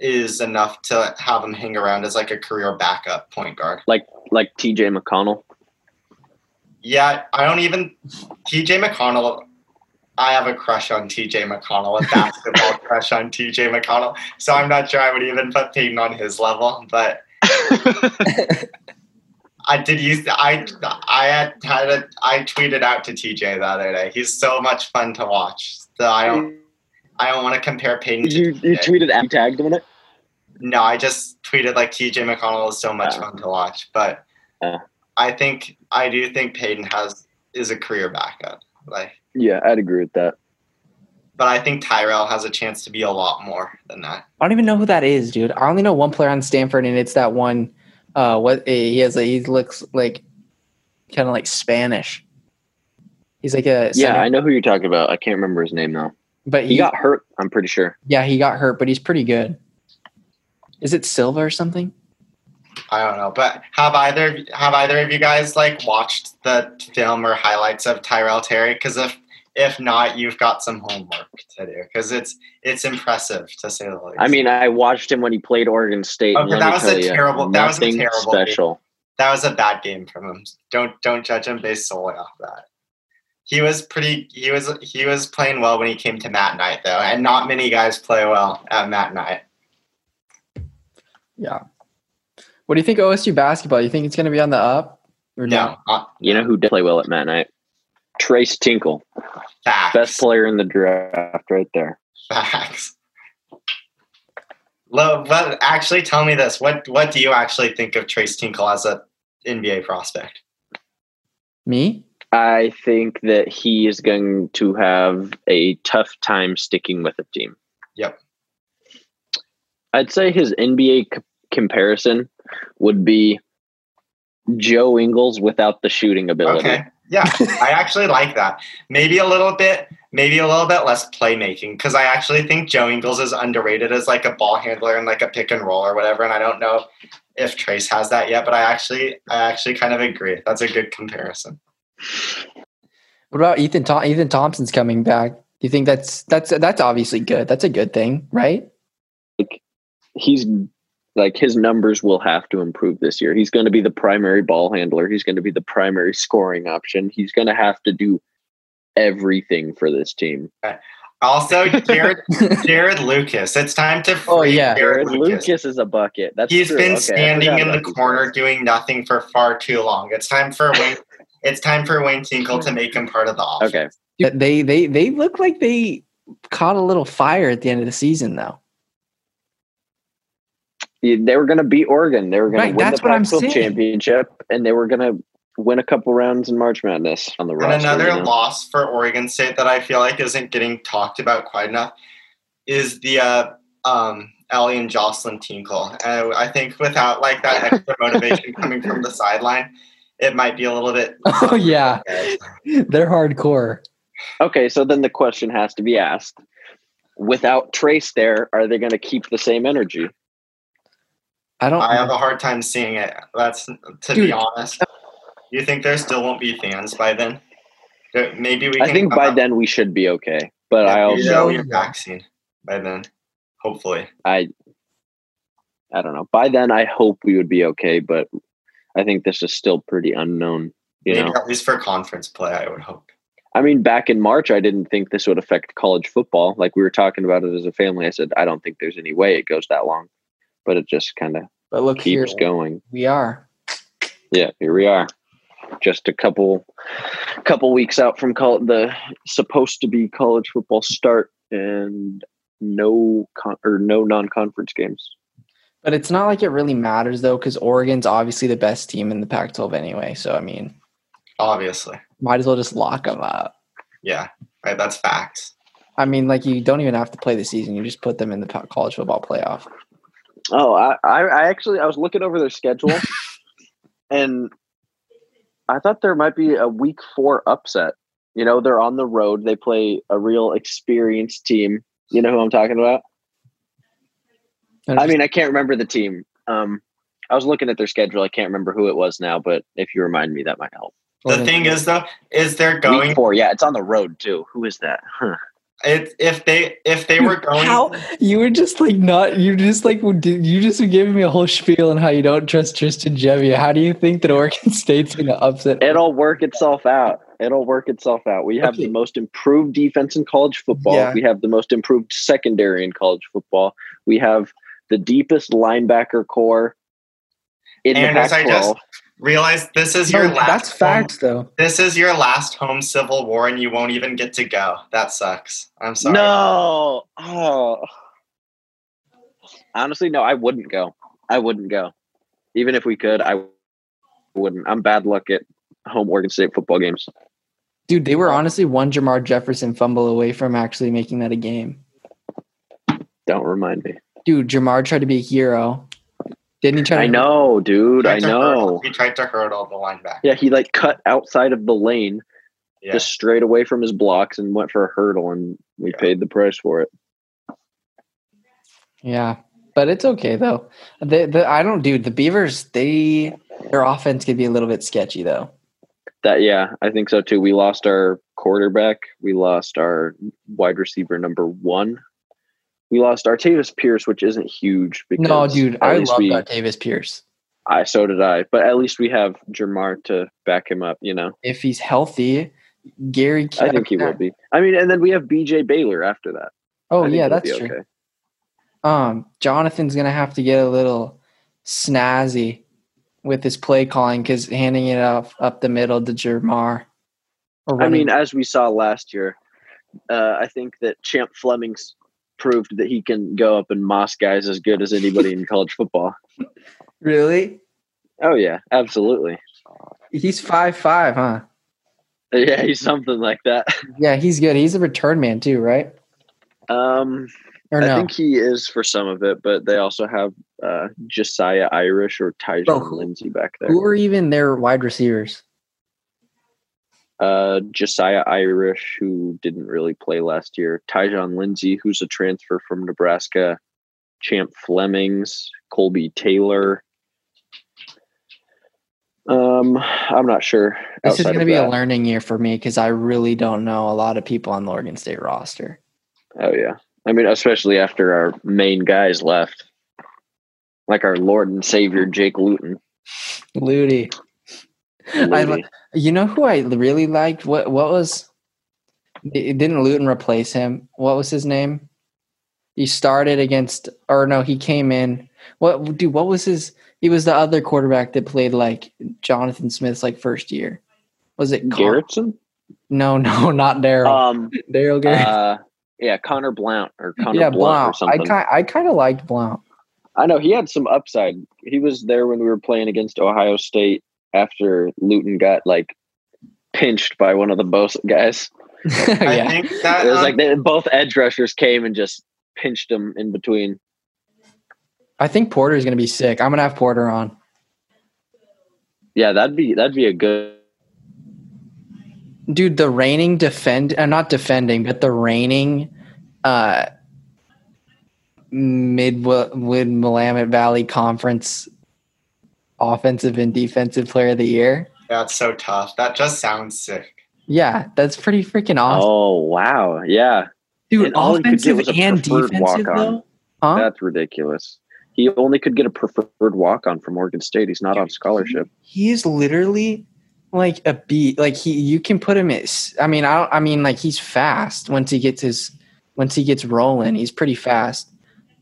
Speaker 2: is enough to have him hang around as like a career backup point guard.
Speaker 3: Like T.J. McConnell,
Speaker 2: Yeah, I don't even TJ McConnell. I have a crush on TJ McConnell, a basketball crush on TJ McConnell. So I'm not sure I would even put Peyton on his level, but I did use the, I I had, had a, I tweeted out to TJ the other day. He's so much fun to watch. So I don't I don't want to compare Peyton. To,
Speaker 3: you you tweeted at tagged him in it.
Speaker 2: no, I just tweeted like TJ McConnell is so much
Speaker 3: Oh.
Speaker 2: fun to watch. But
Speaker 3: Oh.
Speaker 2: I think I do think Peyton has is a career backup. Like
Speaker 3: Yeah, I'd agree with that.
Speaker 2: but I think Tyrell has a chance to be a lot more than that.
Speaker 1: I don't even know who that is, dude. I only know one player on Stanford, and it's that one. Uh, what eh, he has, a, he looks like kind of like Spanish. He's like a
Speaker 3: Yeah,
Speaker 1: center,
Speaker 3: I know who you're talking about. I can't remember his name though.
Speaker 1: but
Speaker 3: He got hurt. I'm pretty sure.
Speaker 1: yeah he got hurt, but he's pretty good. Is it Silva or something?
Speaker 2: I don't know, but have either have either of you guys like watched the film or highlights of Tyrell Terry? Because if if not, you've got some homework to do. Because it's it's impressive to say the least.
Speaker 3: I mean, I watched him when he played Oregon State. and
Speaker 2: Okay,
Speaker 3: let
Speaker 2: that
Speaker 3: me
Speaker 2: was
Speaker 3: tell
Speaker 2: a
Speaker 3: ya,
Speaker 2: terrible- that was a
Speaker 3: nothing
Speaker 2: terrible game.
Speaker 3: special.
Speaker 2: that was a bad game from him. Don't don't judge him based solely off that. He was pretty. He was he was playing well when he came to Matt Night though, and not many guys play well at Matt Night.
Speaker 1: What do you think of OSU basketball? You think it's going to be on the up or
Speaker 2: No, not
Speaker 3: You know who did play well at Matt Night? Trace Tinkle,
Speaker 2: facts.
Speaker 3: best player in the draft, right there.
Speaker 2: Facts. Lo, well, actually, tell me this: what what do you actually think of Trace Tinkle as a NBA prospect?
Speaker 1: Me?
Speaker 3: I think that he is going to have a tough time sticking with a team.
Speaker 2: Yep.
Speaker 3: I'd say his NBA c- comparison would be Joe Ingles without the shooting ability.
Speaker 2: Okay, yeah, I actually like that. Maybe a little bit, maybe a little bit less playmaking because I actually think Joe Ingles is underrated as like a ball handler and like a pick and roll or whatever. And I don't know if Trace has that yet, but I actually I actually kind of agree. That's a good comparison.
Speaker 1: What about Ethan? Thom- Ethan Thompson's coming back. Do you think that's that's that's obviously good? That's a good thing, right?
Speaker 3: He's like his numbers will have to improve this year. He's going to be the primary ball handler. He's going to be the primary scoring option. He's going to have to do everything for this team.
Speaker 2: Also, Jared Jared Lucas, it's time to free
Speaker 1: Oh, yeah.
Speaker 2: Jared,
Speaker 3: Jared Lucas is a bucket. That's
Speaker 2: He's
Speaker 3: true.
Speaker 2: been
Speaker 3: Okay, I
Speaker 2: standing
Speaker 3: forgot
Speaker 2: in the
Speaker 3: about these
Speaker 2: corner
Speaker 3: guys.
Speaker 2: doing nothing for far too long. It's time for Wayne. it's time for Wayne Tinkle to make him part of the offense.
Speaker 3: Okay,
Speaker 1: That They they they look like they caught a little fire at the end of the season, though.
Speaker 3: they were going to beat Oregon. They were going
Speaker 1: Right,
Speaker 3: to win
Speaker 1: that's
Speaker 3: the
Speaker 1: what I'm
Speaker 3: Pac-12
Speaker 1: saying.
Speaker 3: championship, and they were going to win a couple rounds in March Madness on the
Speaker 2: And
Speaker 3: roster.
Speaker 2: another
Speaker 3: you know?
Speaker 2: loss for Oregon State that I feel like isn't getting talked about quite enough is the uh, um, Ellie and Jocelyn Tinkle. Uh, I think without like that extra motivation coming from the sideline, it might be a little bit.
Speaker 1: Oh yeah,
Speaker 2: Okay.
Speaker 1: they're hardcore.
Speaker 3: Okay, so then the question has to be asked: Without Trace, there are they going to keep the same energy?
Speaker 1: I don't.
Speaker 2: I have a hard time seeing it. That's to
Speaker 1: Dude.
Speaker 2: be honest. You think there still won't be fans by then? There- Maybe we.
Speaker 3: I
Speaker 2: can
Speaker 3: think
Speaker 2: come
Speaker 3: by
Speaker 2: up-
Speaker 3: then we should be okay. But I
Speaker 2: maybe
Speaker 3: also,
Speaker 2: there'll be
Speaker 1: Yeah.
Speaker 2: a uh, vaccine by then, hopefully.
Speaker 3: I, I don't know. By then, I hope we would be okay. But I think this is still pretty unknown. You
Speaker 2: Maybe
Speaker 3: know,
Speaker 2: at least for conference play, I would hope.
Speaker 3: I mean, back in March, I didn't think this would affect college football. Like we were talking about it as a family. I said, I don't think there's any way it goes that long. but it just kind of
Speaker 1: But look here,
Speaker 3: keeps going.
Speaker 1: we are.
Speaker 3: Yeah, here we are, just a couple couple weeks out from call the supposed to be college football start and no con- or no non conference games.
Speaker 1: But it's not like it really matters though, because Oregon's obviously the best team in the Pac-12 anyway. So I mean,
Speaker 2: Obviously,
Speaker 1: might as well just lock them up.
Speaker 2: yeah, right. That's facts.
Speaker 1: I mean, like you don't even have to play the season; you just put them in the po- college football playoff.
Speaker 3: Oh, I, I, I actually I was looking over their schedule, and I thought there might be a week four upset. You know, they're on the road. They play a real experienced team. You know who I'm talking about? I mean, I can't remember the team. Um, I was looking at their schedule. I can't remember who it was now, but if you remind me, that might help.
Speaker 2: The thing is, though, is they're
Speaker 3: Week
Speaker 2: going.
Speaker 3: four, yeah, it's on the road too. Who is that? Huh.
Speaker 2: If if they if they were going,
Speaker 1: how you were just like not you just like did- you just were giving me a whole spiel on how you don't trust Tristan Jevia. How do you think that Oregon State's going to upset?
Speaker 3: It'll work itself out. It'll work itself out. We have
Speaker 1: Okay.
Speaker 3: the most improved defense in college football.
Speaker 1: Yeah.
Speaker 3: We have the most improved secondary in college football. We have the deepest linebacker core in
Speaker 2: And
Speaker 3: the
Speaker 2: as I
Speaker 3: Pac-12.
Speaker 2: realize this is
Speaker 1: No,
Speaker 2: your last.
Speaker 1: that's
Speaker 2: home-
Speaker 1: facts though.
Speaker 2: This is your last home civil war, and you won't even get to go. That sucks. I'm sorry.
Speaker 3: No. Oh. Honestly, no, I wouldn't go. I wouldn't go. Even if we could, I wouldn't. I'm bad luck at home Oregon State football games.
Speaker 1: Dude, they were honestly one Jamar Jefferson fumble away from actually making that a game.
Speaker 3: Don't remind me.
Speaker 1: Dude, Jamar tried to be a hero. Didn't he try to
Speaker 3: I know, dude.
Speaker 2: Tried
Speaker 3: I
Speaker 2: to
Speaker 3: know.
Speaker 2: hurdle- He tried to hurdle the linebacker.
Speaker 3: Yeah, he like cut outside of the lane,
Speaker 2: Yeah.
Speaker 3: just straight away from his blocks and went for a hurdle, and we
Speaker 2: Yeah.
Speaker 3: paid the price for it.
Speaker 1: Yeah, but it's okay though. The, the I don't, dude. The Beavers, they their offense could be a little bit sketchy though.
Speaker 3: That yeah, I think so too. We lost our quarterback. We lost our wide receiver number one. We lost Artavis Pierce, which isn't huge. Because
Speaker 1: No, dude,
Speaker 3: at
Speaker 1: I
Speaker 3: least
Speaker 1: love
Speaker 3: we,
Speaker 1: that Davis Pierce.
Speaker 3: I so did I, but at least we have Jamar to back him up. You know,
Speaker 1: If he's healthy, Gary.
Speaker 3: I think he will be. I mean, and then we have B.J. Baylor after that. I
Speaker 1: Oh
Speaker 3: think
Speaker 1: yeah,
Speaker 3: he'll
Speaker 1: that's
Speaker 3: be
Speaker 1: true.
Speaker 3: okay.
Speaker 1: Um, Jonathan's gonna have to get a little snazzy with his play calling because handing it off up the middle to Jermar. Or
Speaker 3: I mean,
Speaker 1: running-
Speaker 3: as we saw last year, uh, I think that Champ Fleming's proved that he can go up and moss guys as good as anybody in college football.
Speaker 1: really,
Speaker 3: Oh yeah, absolutely.
Speaker 1: he's five five, huh?
Speaker 3: Yeah, he's something like that.
Speaker 1: Yeah, he's good. He's a return man too, right?
Speaker 3: Um,
Speaker 1: Or
Speaker 3: I
Speaker 1: no?
Speaker 3: think he is for some of it, but they also have uh, Josiah Irish or Tyjon
Speaker 1: Bro, Oh, who-
Speaker 3: Lindsey back there.
Speaker 1: Who are even their wide receivers?
Speaker 3: Uh, Josiah Irish, who didn't really play last year. Tyjon Lindsey, who's a transfer from Nebraska. Champ Flemings, Colby Taylor. Um, I'm not sure.
Speaker 1: This is
Speaker 3: outside
Speaker 1: going to
Speaker 3: of
Speaker 1: be a
Speaker 3: that.
Speaker 1: learning year for me because I really don't know a lot of people on the Oregon State roster.
Speaker 3: Oh yeah, I mean, especially after our main guys left, like our Lord and Savior Jake Luton.
Speaker 1: Ludi. I li-
Speaker 3: Lutie.
Speaker 1: you know who I really liked? What what was it didn't Luton replace him? What was his name? He started against or no, he came in. What dude, what was his he was the other quarterback that played like Jonathan Smith's like first year. Was it Con-
Speaker 3: Garrettson.
Speaker 1: No, no, not Daryl.
Speaker 3: Um.
Speaker 1: Daryl Garrett.
Speaker 3: Uh, yeah, Connor Blount or Connor
Speaker 1: yeah,
Speaker 3: Blount, or
Speaker 1: Blount. I
Speaker 3: something.
Speaker 1: kind I kind of liked Blount.
Speaker 3: I know he had some upside. He was there when we were playing against Ohio State after Luton got like pinched by one of the both guys.
Speaker 2: I
Speaker 1: Oh, yeah.
Speaker 2: think that
Speaker 3: It was
Speaker 2: um,
Speaker 3: like they, both edge rushers came and just pinched him in between.
Speaker 1: I think Porter is going to be sick. I'm going to have Porter on.
Speaker 3: Yeah, that'd be that'd be a good.
Speaker 1: Dude, the reigning defend uh, not defending, but the reigning uh Midwood Willamette Valley Conference offensive and defensive player of the year.
Speaker 2: that's so tough. That just sounds sick.
Speaker 1: Yeah, that's pretty freaking awesome.
Speaker 3: Oh wow, yeah,
Speaker 1: Dude,
Speaker 3: and all he could
Speaker 1: offensive
Speaker 3: get was a
Speaker 1: and
Speaker 3: preferred
Speaker 1: defensive
Speaker 3: walk-on.
Speaker 1: though? Huh?
Speaker 3: that's ridiculous. He only could get a preferred walk on from Oregon State. He's not on scholarship.
Speaker 1: he is literally like a beat like he you can put him at s- i mean i don't i mean like he's fast once he gets his once he gets rolling he's pretty fast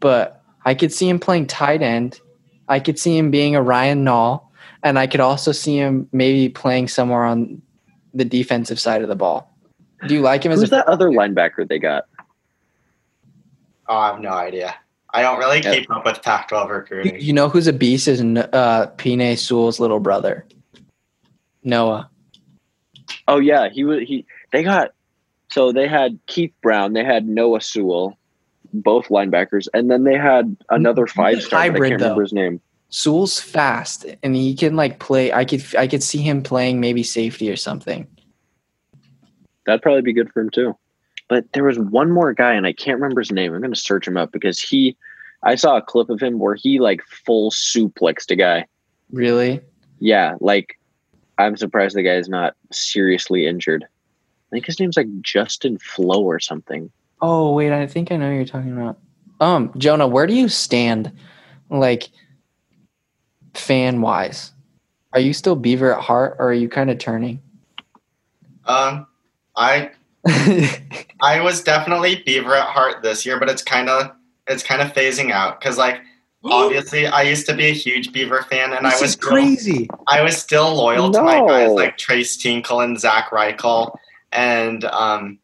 Speaker 1: but I could see him playing tight end. I could see him being a Ryan Nall, and I could also see him maybe playing somewhere on the defensive side of the ball. Do you like him as
Speaker 3: Who's
Speaker 1: a
Speaker 3: that other linebacker they got?
Speaker 2: Oh, I have no idea. I don't really
Speaker 3: Yeah.
Speaker 2: keep up with Pac-12 recruiting.
Speaker 1: You know who's a beast is uh, Pine Sewell's little brother, Noah.
Speaker 3: Oh yeah, he was he. They got so they had Keith Brown, they had Noah Sewell, both linebackers, and then they had another five star. I can't
Speaker 1: Mm-hmm. hybrid, though.
Speaker 3: remember his name.
Speaker 1: Sewell's fast, and he can like play. I could I could see him playing maybe safety or something.
Speaker 3: That'd probably be good for him too. But there was one more guy, and I can't remember his name. I'm gonna search him up because he. I saw a clip of him where he like full suplexed a guy.
Speaker 1: Really,
Speaker 3: Yeah, like I'm surprised the guy is not seriously injured. I think his name's like Justin Flo or something.
Speaker 1: Oh wait, I think I know who you're talking about. Um, Jonah, where do you stand, like, fan wise? Are you still Beaver at heart, or are you kind of turning?
Speaker 2: Um, I I was definitely Beaver at heart this year, but it's kind of it's kind of phasing out because like obviously I used to be a huge Beaver fan, and I was still,
Speaker 1: crazy.
Speaker 2: I was still loyal to my guys
Speaker 3: No.
Speaker 2: like Trace Tinkle and Zach Reichel, and um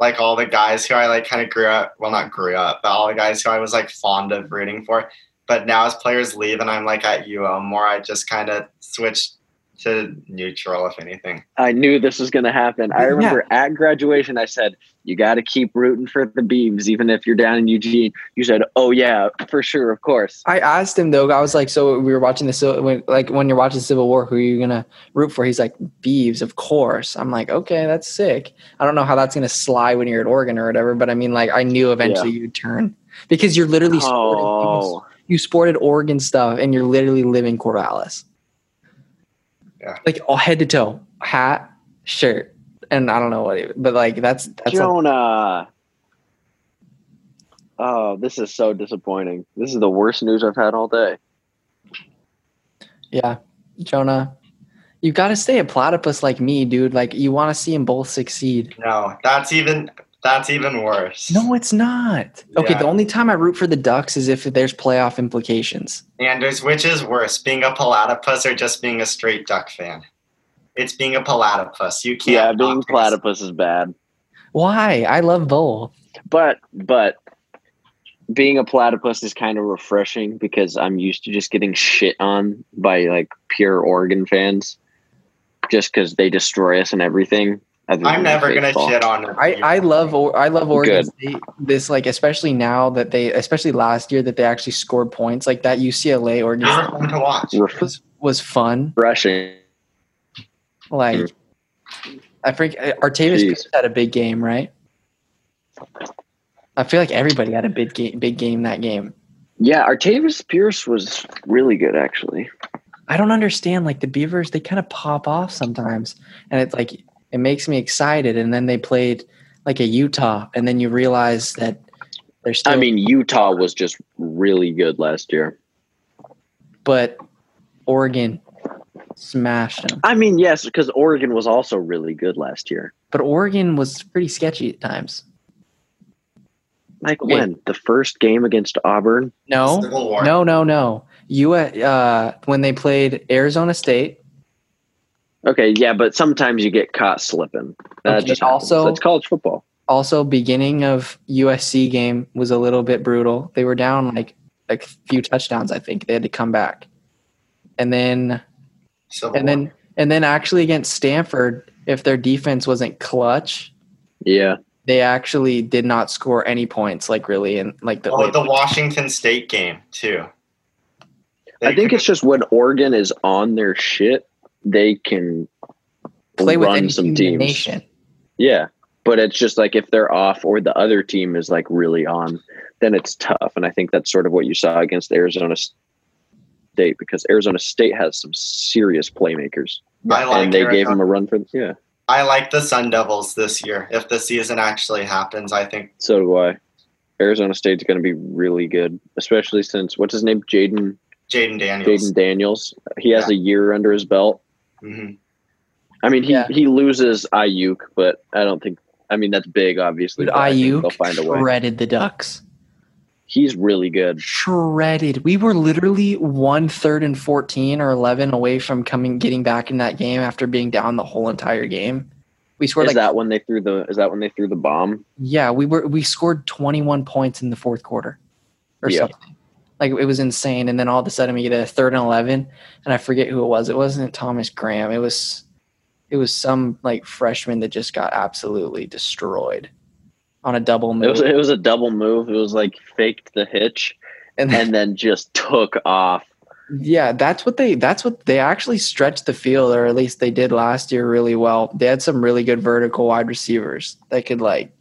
Speaker 2: like all the guys who I like kind of grew up well not grew up, but all the guys who I was like fond of rooting for. But now as players leave and I'm like at UO more, I just kind of switched to neutral if anything.
Speaker 3: I knew this was going to happen. I
Speaker 1: Yeah.
Speaker 3: remember at graduation, I said, You got to keep rooting for the Beavs, even if you're down in Eugene. You said, Oh, yeah, for sure, of course.
Speaker 1: I asked him though. I was like, so we were watching the Civil- when, like when you're watching Civil War, who are you gonna root for? He's like, Beeves, of course. I'm like, okay, that's sick. I don't know how that's gonna slide when you're at Oregon or whatever, but I mean, like, I knew eventually you'd turn because you're literally sporting-
Speaker 3: Oh,
Speaker 1: you sported Oregon stuff and you're literally living Corvallis.
Speaker 2: Yeah.
Speaker 1: Like all head to toe, hat, shirt, and I don't know what, it, but like that's that's a-
Speaker 3: Jonah. Oh, this is so disappointing. This is the worst news I've had all day.
Speaker 1: yeah, Jonah. You got to stay a platypus like me, dude. Like you want to see them both succeed.
Speaker 2: No, that's even that's even worse.
Speaker 1: No, it's not. Okay,
Speaker 2: Yeah.
Speaker 1: the only time I root for the Ducks is if there's playoff implications.
Speaker 2: Anders, which is worse, being a platypus or just being a straight duck fan? It's being a platypus. You can't.
Speaker 3: Yeah, being
Speaker 2: not-
Speaker 3: platypus is bad.
Speaker 1: Why? I love both.
Speaker 3: but but being a platypus is kind of refreshing because I'm used to just getting shit on by like pure Oregon fans, just because they destroy us and everything. other
Speaker 2: I'm
Speaker 3: than
Speaker 2: never gonna
Speaker 3: baseball.
Speaker 2: shit on.
Speaker 1: I,
Speaker 2: you.
Speaker 1: I love O- I love Oregon
Speaker 3: Good.
Speaker 1: State. This like especially now that they especially last year that they actually scored points like that UCLA Oregon
Speaker 2: They were
Speaker 1: State
Speaker 2: fun to watch.
Speaker 1: was, was fun.
Speaker 3: Refreshing.
Speaker 1: Like I think uh, Artavis
Speaker 3: Jeez.
Speaker 1: Pierce had a big game, right? I feel like everybody had a big game, big game that game.
Speaker 3: Yeah, Artavis Pierce was really good actually.
Speaker 1: I don't understand like the Beavers they kind of pop off sometimes and it's like it makes me excited and then they played like a Utah and then you realize that they're still
Speaker 3: I mean, Utah was just really good last year.
Speaker 1: but Oregon smashed them.
Speaker 3: I mean, yes, because Oregon was also really good last year.
Speaker 1: But Oregon was pretty sketchy at times.
Speaker 3: Like
Speaker 1: Okay.
Speaker 3: when the first game against Auburn.
Speaker 1: No,
Speaker 2: Civil War.
Speaker 1: no, no, no. You uh, when they played Arizona State,
Speaker 3: Okay, yeah, but sometimes you get caught slipping. That
Speaker 1: Okay,
Speaker 3: just happens.
Speaker 1: also-
Speaker 3: it's college football.
Speaker 1: also beginning of USC game was a little bit brutal. They were down like a few touchdowns, I think. They had to come back, and then
Speaker 2: Civil
Speaker 1: and
Speaker 2: War.
Speaker 1: then and then actually against Stanford, if their defense wasn't clutch,
Speaker 3: Yeah.
Speaker 1: they actually did not score any points. Like really, and like the
Speaker 2: oh, the Washington State game too.
Speaker 3: I think
Speaker 2: could-
Speaker 3: it's just when Oregon is on their shit, they can
Speaker 1: play with
Speaker 3: run
Speaker 1: any team in
Speaker 3: some
Speaker 1: the
Speaker 3: teams.
Speaker 1: nation.
Speaker 3: Yeah. But it's just like if they're off or the other team is like really on, then it's tough. And I think that's sort of what you saw against Arizona State because Arizona State has some serious playmakers.
Speaker 2: I like
Speaker 3: and they gave
Speaker 2: Arizona-
Speaker 3: him a run for yeah.
Speaker 2: I like the Sun Devils this year. If the season actually happens, I think
Speaker 3: So do I. Arizona State's going to be really good, especially since what's his name, Jaden
Speaker 2: Jaden Daniels.
Speaker 3: Jaden Daniels. He has a year under his belt.
Speaker 2: hmm
Speaker 3: I mean, he,
Speaker 1: Yeah.
Speaker 3: he loses Ayuk, but I don't think. I mean, that's big, obviously.
Speaker 1: Dude,
Speaker 3: but I think
Speaker 1: IU
Speaker 3: they'll find a way.
Speaker 1: shredded the Ducks.
Speaker 3: He's really good.
Speaker 1: shredded. We were literally one third and fourteen or eleven away from coming getting back in that game after being down the whole entire game. We scored
Speaker 3: Is
Speaker 1: like
Speaker 3: that when they threw the? Is that when they threw the bomb?
Speaker 1: yeah, we were we scored twenty one points in the fourth quarter or
Speaker 3: Yeah.
Speaker 1: something. Like it was insane. And then all of a sudden we get a third and eleven and I forget who it was. It wasn't Thomas Graham. It was it was some like freshman that just got absolutely destroyed on a double
Speaker 3: It was
Speaker 1: move.
Speaker 3: it was a double move. It was like faked the hitch
Speaker 1: and then
Speaker 3: and then just took off.
Speaker 1: Yeah, that's what they that's what they actually stretched the field, or at least they did last year really well. They had some really good vertical wide receivers that could like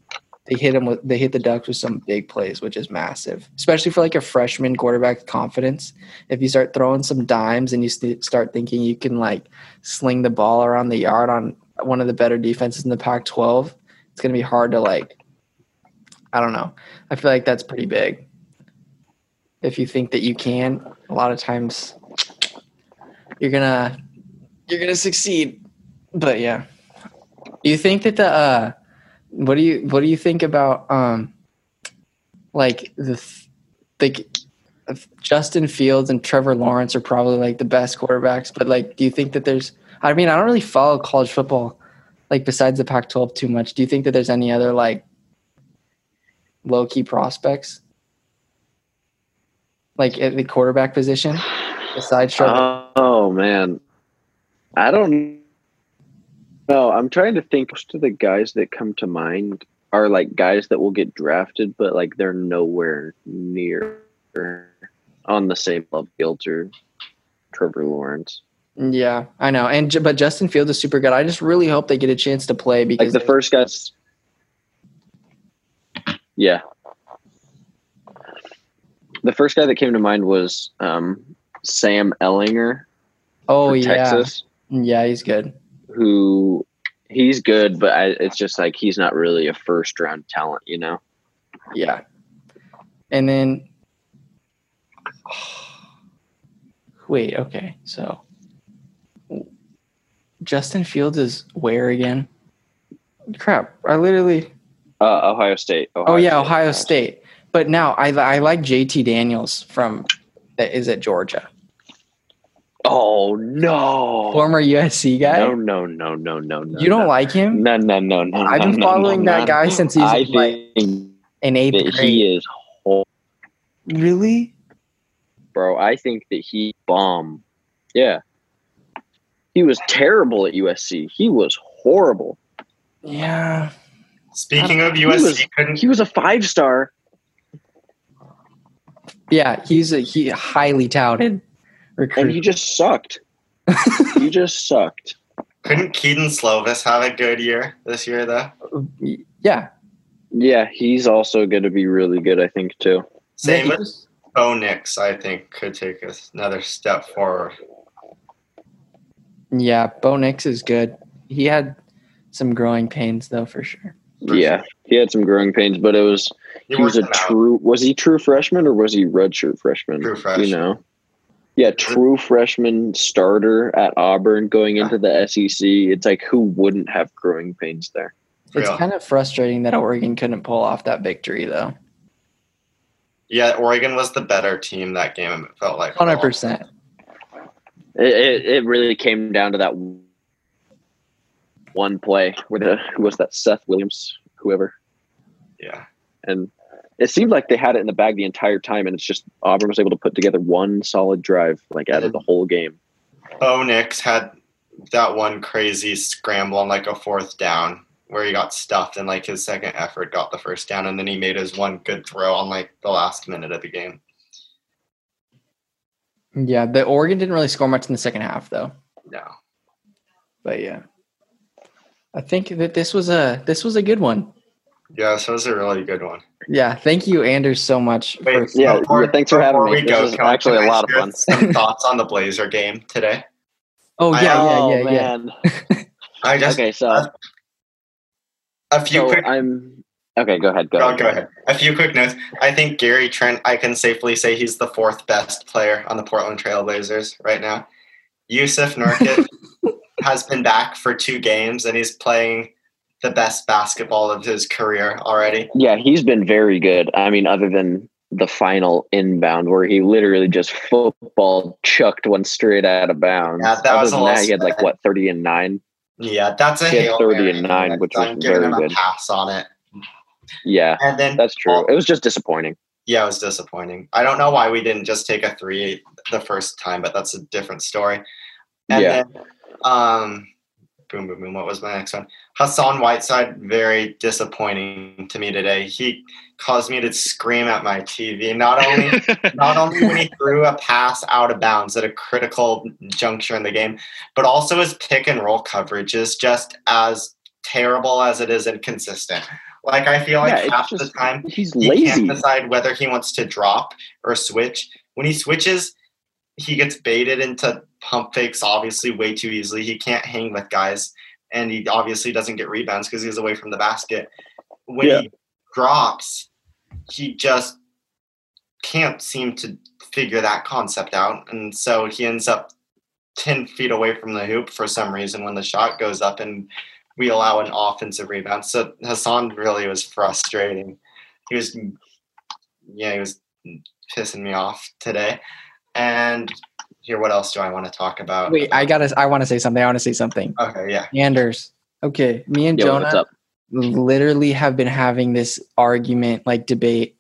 Speaker 1: they hit them with they hit the ducks with some big plays, which is massive, especially for like a freshman quarterback's confidence. If you start throwing some dimes and you st- start thinking you can like sling the ball around the yard on one of the better defenses in the Pac-12, it's going to be hard to like. I don't know. I feel like that's pretty big. If you think that you can, a lot of times you're gonna you're gonna succeed. But yeah, do you think that the uh, what do you what do you think about um like the th- like if Justin Fields and Trevor Lawrence are probably like the best quarterbacks, but like, do you think that there's? I mean, I don't really follow college football, like besides the Pac-12 too much. Do you think that there's any other like low-key prospects, like at the quarterback position, besides Trevor?
Speaker 3: Oh, man, I don't know. I'm trying to think. Most of the guys that come to mind are like guys that will get drafted, but like they're nowhere near on the same level as or Trevor Lawrence.
Speaker 1: Yeah, I know. And Ju- but Justin Fields is super good. I just really hope they get a chance to play
Speaker 3: Like
Speaker 1: because
Speaker 3: the first guys. Yeah. The first guy that came to mind was um, Sam Ellinger
Speaker 1: oh
Speaker 3: from
Speaker 1: yeah,
Speaker 3: Texas.
Speaker 1: yeah, he's good.
Speaker 3: who he's good, but I, it's just like he's not really a first round talent, you know.
Speaker 1: Yeah, and then wait, okay, so Justin Fields is where again? Crap, I literally.
Speaker 3: Uh, Ohio State. Ohio
Speaker 1: Oh yeah,
Speaker 3: State,
Speaker 1: Ohio State. But now I I like JT Daniels from that is at Georgia,
Speaker 3: Oh no.
Speaker 1: former USC guy.
Speaker 3: no, no, no, no, no, no.
Speaker 1: you don't
Speaker 3: no.
Speaker 1: like him?
Speaker 3: No, no, no, no.
Speaker 1: I've been
Speaker 3: no, no,
Speaker 1: following
Speaker 3: no,
Speaker 1: that
Speaker 3: no.
Speaker 1: guy since he's
Speaker 3: I
Speaker 1: like
Speaker 3: think
Speaker 1: in eighth
Speaker 3: that
Speaker 1: grade.
Speaker 3: he is, horrible,
Speaker 1: Really?
Speaker 3: bro. I think that he bomb. Yeah. He was terrible at USC. He was horrible.
Speaker 1: Yeah. Uh,
Speaker 2: Speaking of
Speaker 3: was-
Speaker 2: USC, couldn't
Speaker 3: He was a five star.
Speaker 1: Yeah, he's a he highly touted
Speaker 3: and he
Speaker 1: recruit.
Speaker 3: just sucked. he just sucked.
Speaker 2: couldn't Keaton Slovis have a good year this year though?
Speaker 1: yeah.
Speaker 3: Yeah, he's also going to be really good, I think, too.
Speaker 2: Same
Speaker 1: Yeah,
Speaker 2: with
Speaker 1: he was-
Speaker 2: Bo Nix, I think, could take us another step forward.
Speaker 1: yeah, Bo Nix is good. He had some growing pains though for sure.
Speaker 3: Yeah, he had some growing pains, but it was
Speaker 2: You
Speaker 3: he was
Speaker 2: worked
Speaker 3: a
Speaker 2: him out.
Speaker 3: true. Was he true freshman or was he redshirt freshman?
Speaker 2: True freshman.
Speaker 3: You know, yeah, true freshman starter at Auburn going into the SEC. It's like who wouldn't have growing pains there?
Speaker 1: It's
Speaker 2: Real.
Speaker 1: kind of frustrating that Oregon couldn't pull off that victory though.
Speaker 2: Yeah, Oregon was the better team that game. It felt like
Speaker 1: Hundred percent.
Speaker 3: It, it, it really came down to that one play where the who was that Seth Williams, whoever,
Speaker 2: Yeah,
Speaker 3: and. It seemed like they had it in the bag the entire time, and it's just Auburn was able to put together one solid drive, like out of the whole game.
Speaker 2: Bo Nix had that one crazy scramble on like a fourth down where he got stuffed and like his second effort got the first down, and then he made his one good throw on like the last minute of the game.
Speaker 1: Yeah, the Oregon didn't really score much in the second half though.
Speaker 2: No,
Speaker 1: But yeah. I think that this was a this was a good one.
Speaker 2: yeah, this was a really good one.
Speaker 1: Yeah, thank you Anders so much
Speaker 2: Wait,
Speaker 1: for
Speaker 3: Yeah,
Speaker 2: Before-
Speaker 3: yeah, thanks for having
Speaker 2: before
Speaker 3: me.
Speaker 2: we
Speaker 3: This
Speaker 2: go,
Speaker 3: is
Speaker 2: can I-
Speaker 3: actually
Speaker 2: can
Speaker 3: a
Speaker 2: I
Speaker 3: lot of
Speaker 2: share
Speaker 3: fun.
Speaker 2: Some thoughts on the Blazer game today.
Speaker 1: Oh yeah,
Speaker 3: Oh,
Speaker 1: yeah, yeah, yeah.
Speaker 3: man.
Speaker 2: I just
Speaker 3: Okay, so,
Speaker 2: a few
Speaker 3: so
Speaker 2: quick.
Speaker 3: I'm okay. Go ahead. Go,
Speaker 2: oh, go ahead. A few quick notes. I think Gary Trent. I can safely say he's the fourth best player on the Portland Trailblazers right now. Yusuf Nurkic has been back for two games and he's playing the best basketball of his career already.
Speaker 3: Yeah, he's been very good. I mean, other than the final inbound where he literally just football chucked one straight out of bounds.
Speaker 2: Yeah, that
Speaker 3: Other
Speaker 2: was a
Speaker 3: than
Speaker 2: little
Speaker 3: that, he had like
Speaker 2: sad.
Speaker 3: what thirty and nine.
Speaker 2: Yeah, that's a
Speaker 3: He had
Speaker 2: Hail
Speaker 3: 30 and
Speaker 2: Mary,
Speaker 3: nine,
Speaker 2: but
Speaker 3: which
Speaker 2: I'm
Speaker 3: was
Speaker 2: giving him
Speaker 3: very
Speaker 2: a
Speaker 3: good.
Speaker 2: pass on it.
Speaker 3: Yeah,
Speaker 2: And then
Speaker 3: that's true. It was just disappointing.
Speaker 2: Yeah, it was disappointing. I don't know why we didn't just take a three the first time, but that's a different story. And
Speaker 3: Yeah.
Speaker 2: then, um, boom, boom, boom. What was my next one? Hassan Whiteside, very disappointing to me today. He caused me to scream at my TV. Not only, not only when he threw a pass out of bounds at a critical juncture in the game, but also his pick and roll coverage is just as terrible as it is inconsistent. Like I feel like
Speaker 3: Yeah, it's
Speaker 2: half the
Speaker 3: just-
Speaker 2: time
Speaker 3: He's
Speaker 2: he
Speaker 3: lazy.
Speaker 2: can't decide whether he wants to drop or switch. When he switches, he gets baited into pump fakes obviously way too easily. He can't hang with guys, and he obviously doesn't get rebounds because he's away from the basket. When
Speaker 3: Yeah.
Speaker 2: he drops, he just can't seem to figure that concept out, and so he ends up ten feet away from the hoop for some reason when the shot goes up and. We allow an offensive rebound. So Hassan really was frustrating he was yeah he was pissing me off today and here what else do i want to talk about
Speaker 1: Wait, I gotta. I want to say something. I want to say something.
Speaker 2: okay yeah
Speaker 1: Anders. Okay, me and
Speaker 3: Yo, what's
Speaker 1: Jonah
Speaker 3: up?
Speaker 1: literally have been having this argument, like debate,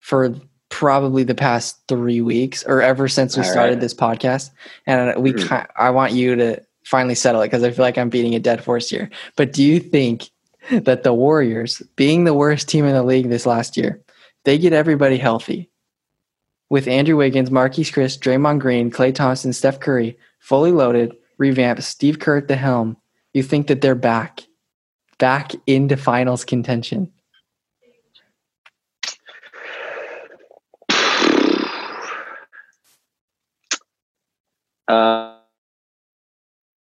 Speaker 1: for probably the past three weeks or ever since we
Speaker 3: All
Speaker 1: started
Speaker 3: right.
Speaker 1: this podcast. And
Speaker 2: Hmm.
Speaker 1: we,
Speaker 3: Mhm.
Speaker 1: ki- I want you to finally settle it because I feel like I'm beating a dead horse here. But do you think that the Warriors, being the worst team in the league this last year, they get everybody healthy with Andrew Wiggins, Marquise Chris, Draymond Green, Clay Thompson, Steph Curry, fully loaded, revamped, Steve Kerr at the helm. You think that they're back, back into finals contention?
Speaker 3: Uh,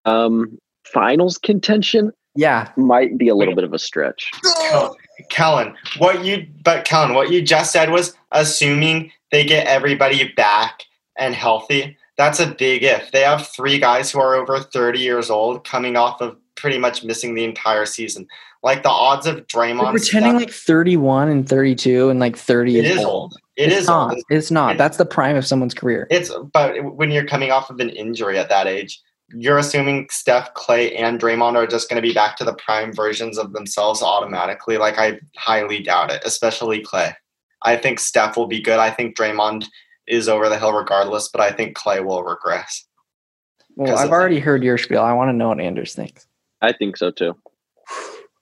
Speaker 3: um, finals contention
Speaker 1: Yeah,
Speaker 3: might be a little bit of a stretch.
Speaker 2: Kel- kellen what you but kellen what you just said was assuming they get everybody back and healthy that's a big if they have three guys who are over 30 years old coming off of pretty much missing the entire season like the odds of
Speaker 1: They're
Speaker 2: draymond
Speaker 1: pretending
Speaker 2: Steph-
Speaker 1: like 31 and 32 and like 30
Speaker 2: it is old it
Speaker 1: It's
Speaker 2: is
Speaker 1: not.
Speaker 2: old
Speaker 1: It's not. That's the prime of someone's career.
Speaker 2: It's but when you're coming off of an injury at that age, you're assuming Steph, Clay, and Draymond are just going to be back to the prime versions of themselves automatically. Like I highly doubt it, especially Clay. I think Steph will be good. I think Draymond is over the hill regardless, but I think Clay will regress.
Speaker 1: Well,
Speaker 2: 'Cause
Speaker 1: I've
Speaker 2: of-
Speaker 1: already heard your spiel. I want to know what Anders thinks
Speaker 3: I think so too.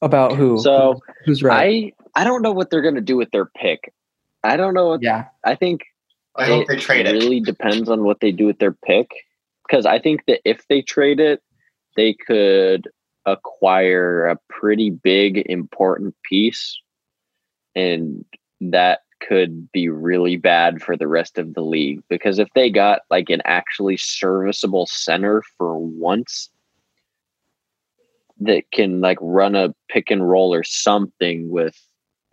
Speaker 1: about who.
Speaker 3: So
Speaker 1: who's right?
Speaker 3: I I don't know what they're gonna do with their pick. I don't know what
Speaker 1: yeah,
Speaker 3: I think
Speaker 2: I hope they trade
Speaker 3: really
Speaker 2: it.
Speaker 3: depends on what they do with their pick. Because I think that if they trade it, they could acquire a pretty big, important piece. And that could be really bad for the rest of the league. Because if they got like an actually serviceable center for once that can like run a pick and roll or something with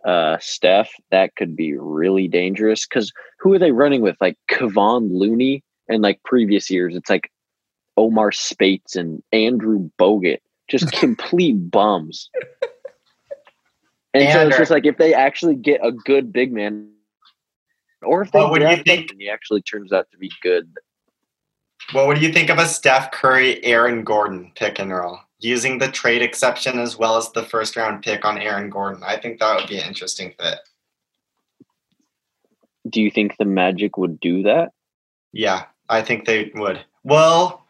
Speaker 3: uh Steph, that could be really dangerous. Cause who are they running with? Like Kevon Looney and like previous years, it's like Omar Spates and Andrew Bogut, just complete bums. And so it's
Speaker 2: Ander.
Speaker 3: just like if they actually get a good big man, or if they
Speaker 2: What would you
Speaker 3: draft him
Speaker 2: think-
Speaker 3: and he actually turns out to be good,
Speaker 2: Well, what do you think of a Steph Curry, Aaron Gordon pick and roll? Using the trade exception as well as the first round pick on Aaron Gordon. I think that would be an interesting fit.
Speaker 3: do you think the Magic would do that?
Speaker 2: Yeah, I think they would. Well,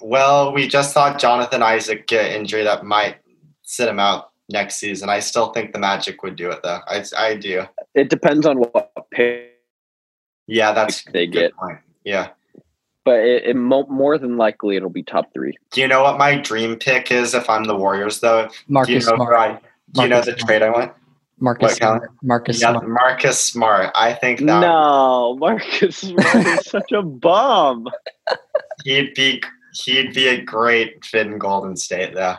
Speaker 2: well, we just saw Jonathan Isaac get injury that might sit him out next season. I still think the Magic would do it though. I, I do.
Speaker 3: It depends on what pick
Speaker 2: Yeah, that's
Speaker 3: they
Speaker 2: a good
Speaker 3: get,
Speaker 2: point. Yeah.
Speaker 3: but it, it mo- more than likely it'll be top three.
Speaker 2: Do you know what my dream pick is if I'm the Warriors though? Do you
Speaker 1: Marcus
Speaker 2: know who
Speaker 1: Smart.
Speaker 2: I, do you know
Speaker 1: Marcus
Speaker 2: the
Speaker 1: Smart.
Speaker 2: trade I want?
Speaker 1: Marcus
Speaker 2: What, Colin?
Speaker 1: Smart. Marcus
Speaker 2: Yeah,
Speaker 1: Smart.
Speaker 2: Marcus Smart. I think that
Speaker 3: No, Marcus Smart is such a bum.
Speaker 2: he'd be he'd be a great fit in Golden State though.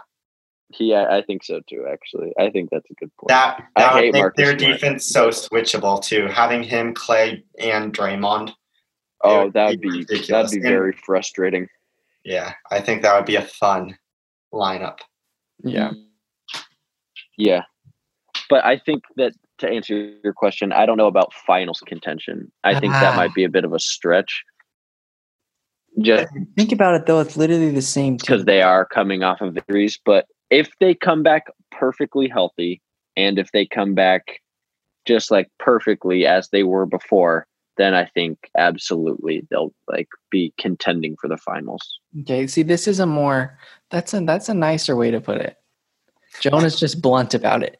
Speaker 3: He, I, I think so too. Actually, I think that's a good point.
Speaker 2: That
Speaker 3: I
Speaker 2: that
Speaker 3: hate
Speaker 2: would make
Speaker 3: Marcus
Speaker 2: their
Speaker 3: Smart.
Speaker 2: defense so switchable too. Having him, Clay, and Draymond.
Speaker 3: oh,
Speaker 2: would
Speaker 3: that would
Speaker 2: be
Speaker 3: be
Speaker 2: ridiculous.
Speaker 3: that'd be
Speaker 2: And-
Speaker 3: very frustrating.
Speaker 2: Yeah, I think that would be a fun lineup.
Speaker 1: Yeah.
Speaker 3: yeah, but I think that to answer your question, I don't know about finals contention. I think that
Speaker 1: Ah.
Speaker 3: might be a bit of a stretch. Just
Speaker 1: Think about it though; it's literally the same. team.
Speaker 3: because they are coming off of injuries. But if they come back perfectly healthy, and if they come back just like perfectly as they were before, then I think absolutely they'll like be contending for the finals.
Speaker 1: Okay, see, this is a more that's a that's a nicer way to put it. Jonah's just blunt about it.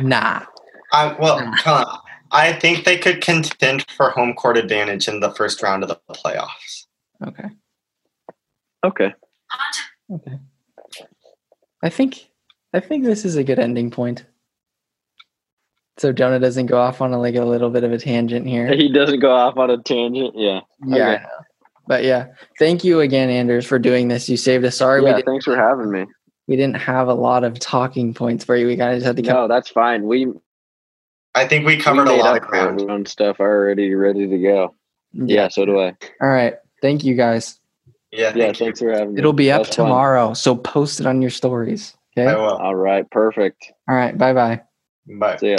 Speaker 1: Nah,
Speaker 2: I, well,
Speaker 3: Hmm.
Speaker 2: Colin, I think they could contend for home court advantage in the first round of the playoffs.
Speaker 1: okay,
Speaker 3: okay.
Speaker 1: okay. I think I think this is a good ending point. So Jonah doesn't go off on a, like a little bit of a tangent here.
Speaker 3: He doesn't go off on a tangent. Yeah.
Speaker 1: Yeah, I know. but yeah, thank you again, Anders, for doing this. You saved us. Sorry, we
Speaker 3: yeah
Speaker 1: didn't,
Speaker 3: thanks for having me.
Speaker 1: we didn't have a lot of talking points for you. We kind of just had to come.
Speaker 3: No, that's fine. We we
Speaker 2: I think we covered a
Speaker 3: made
Speaker 2: lot
Speaker 3: up
Speaker 2: of
Speaker 3: for
Speaker 2: ground.
Speaker 3: our own stuff already ready to go. Yeah, so do I.
Speaker 1: All right. Thank you guys.
Speaker 2: Yeah,
Speaker 3: Yeah,
Speaker 2: thank you.
Speaker 3: thanks for having me.
Speaker 1: It'll be
Speaker 3: That
Speaker 1: up
Speaker 3: was fun.
Speaker 1: tomorrow, so post it on your stories. Okay.
Speaker 2: I will.
Speaker 3: All right, perfect.
Speaker 1: All right. Bye bye.
Speaker 2: Bye.
Speaker 3: See ya.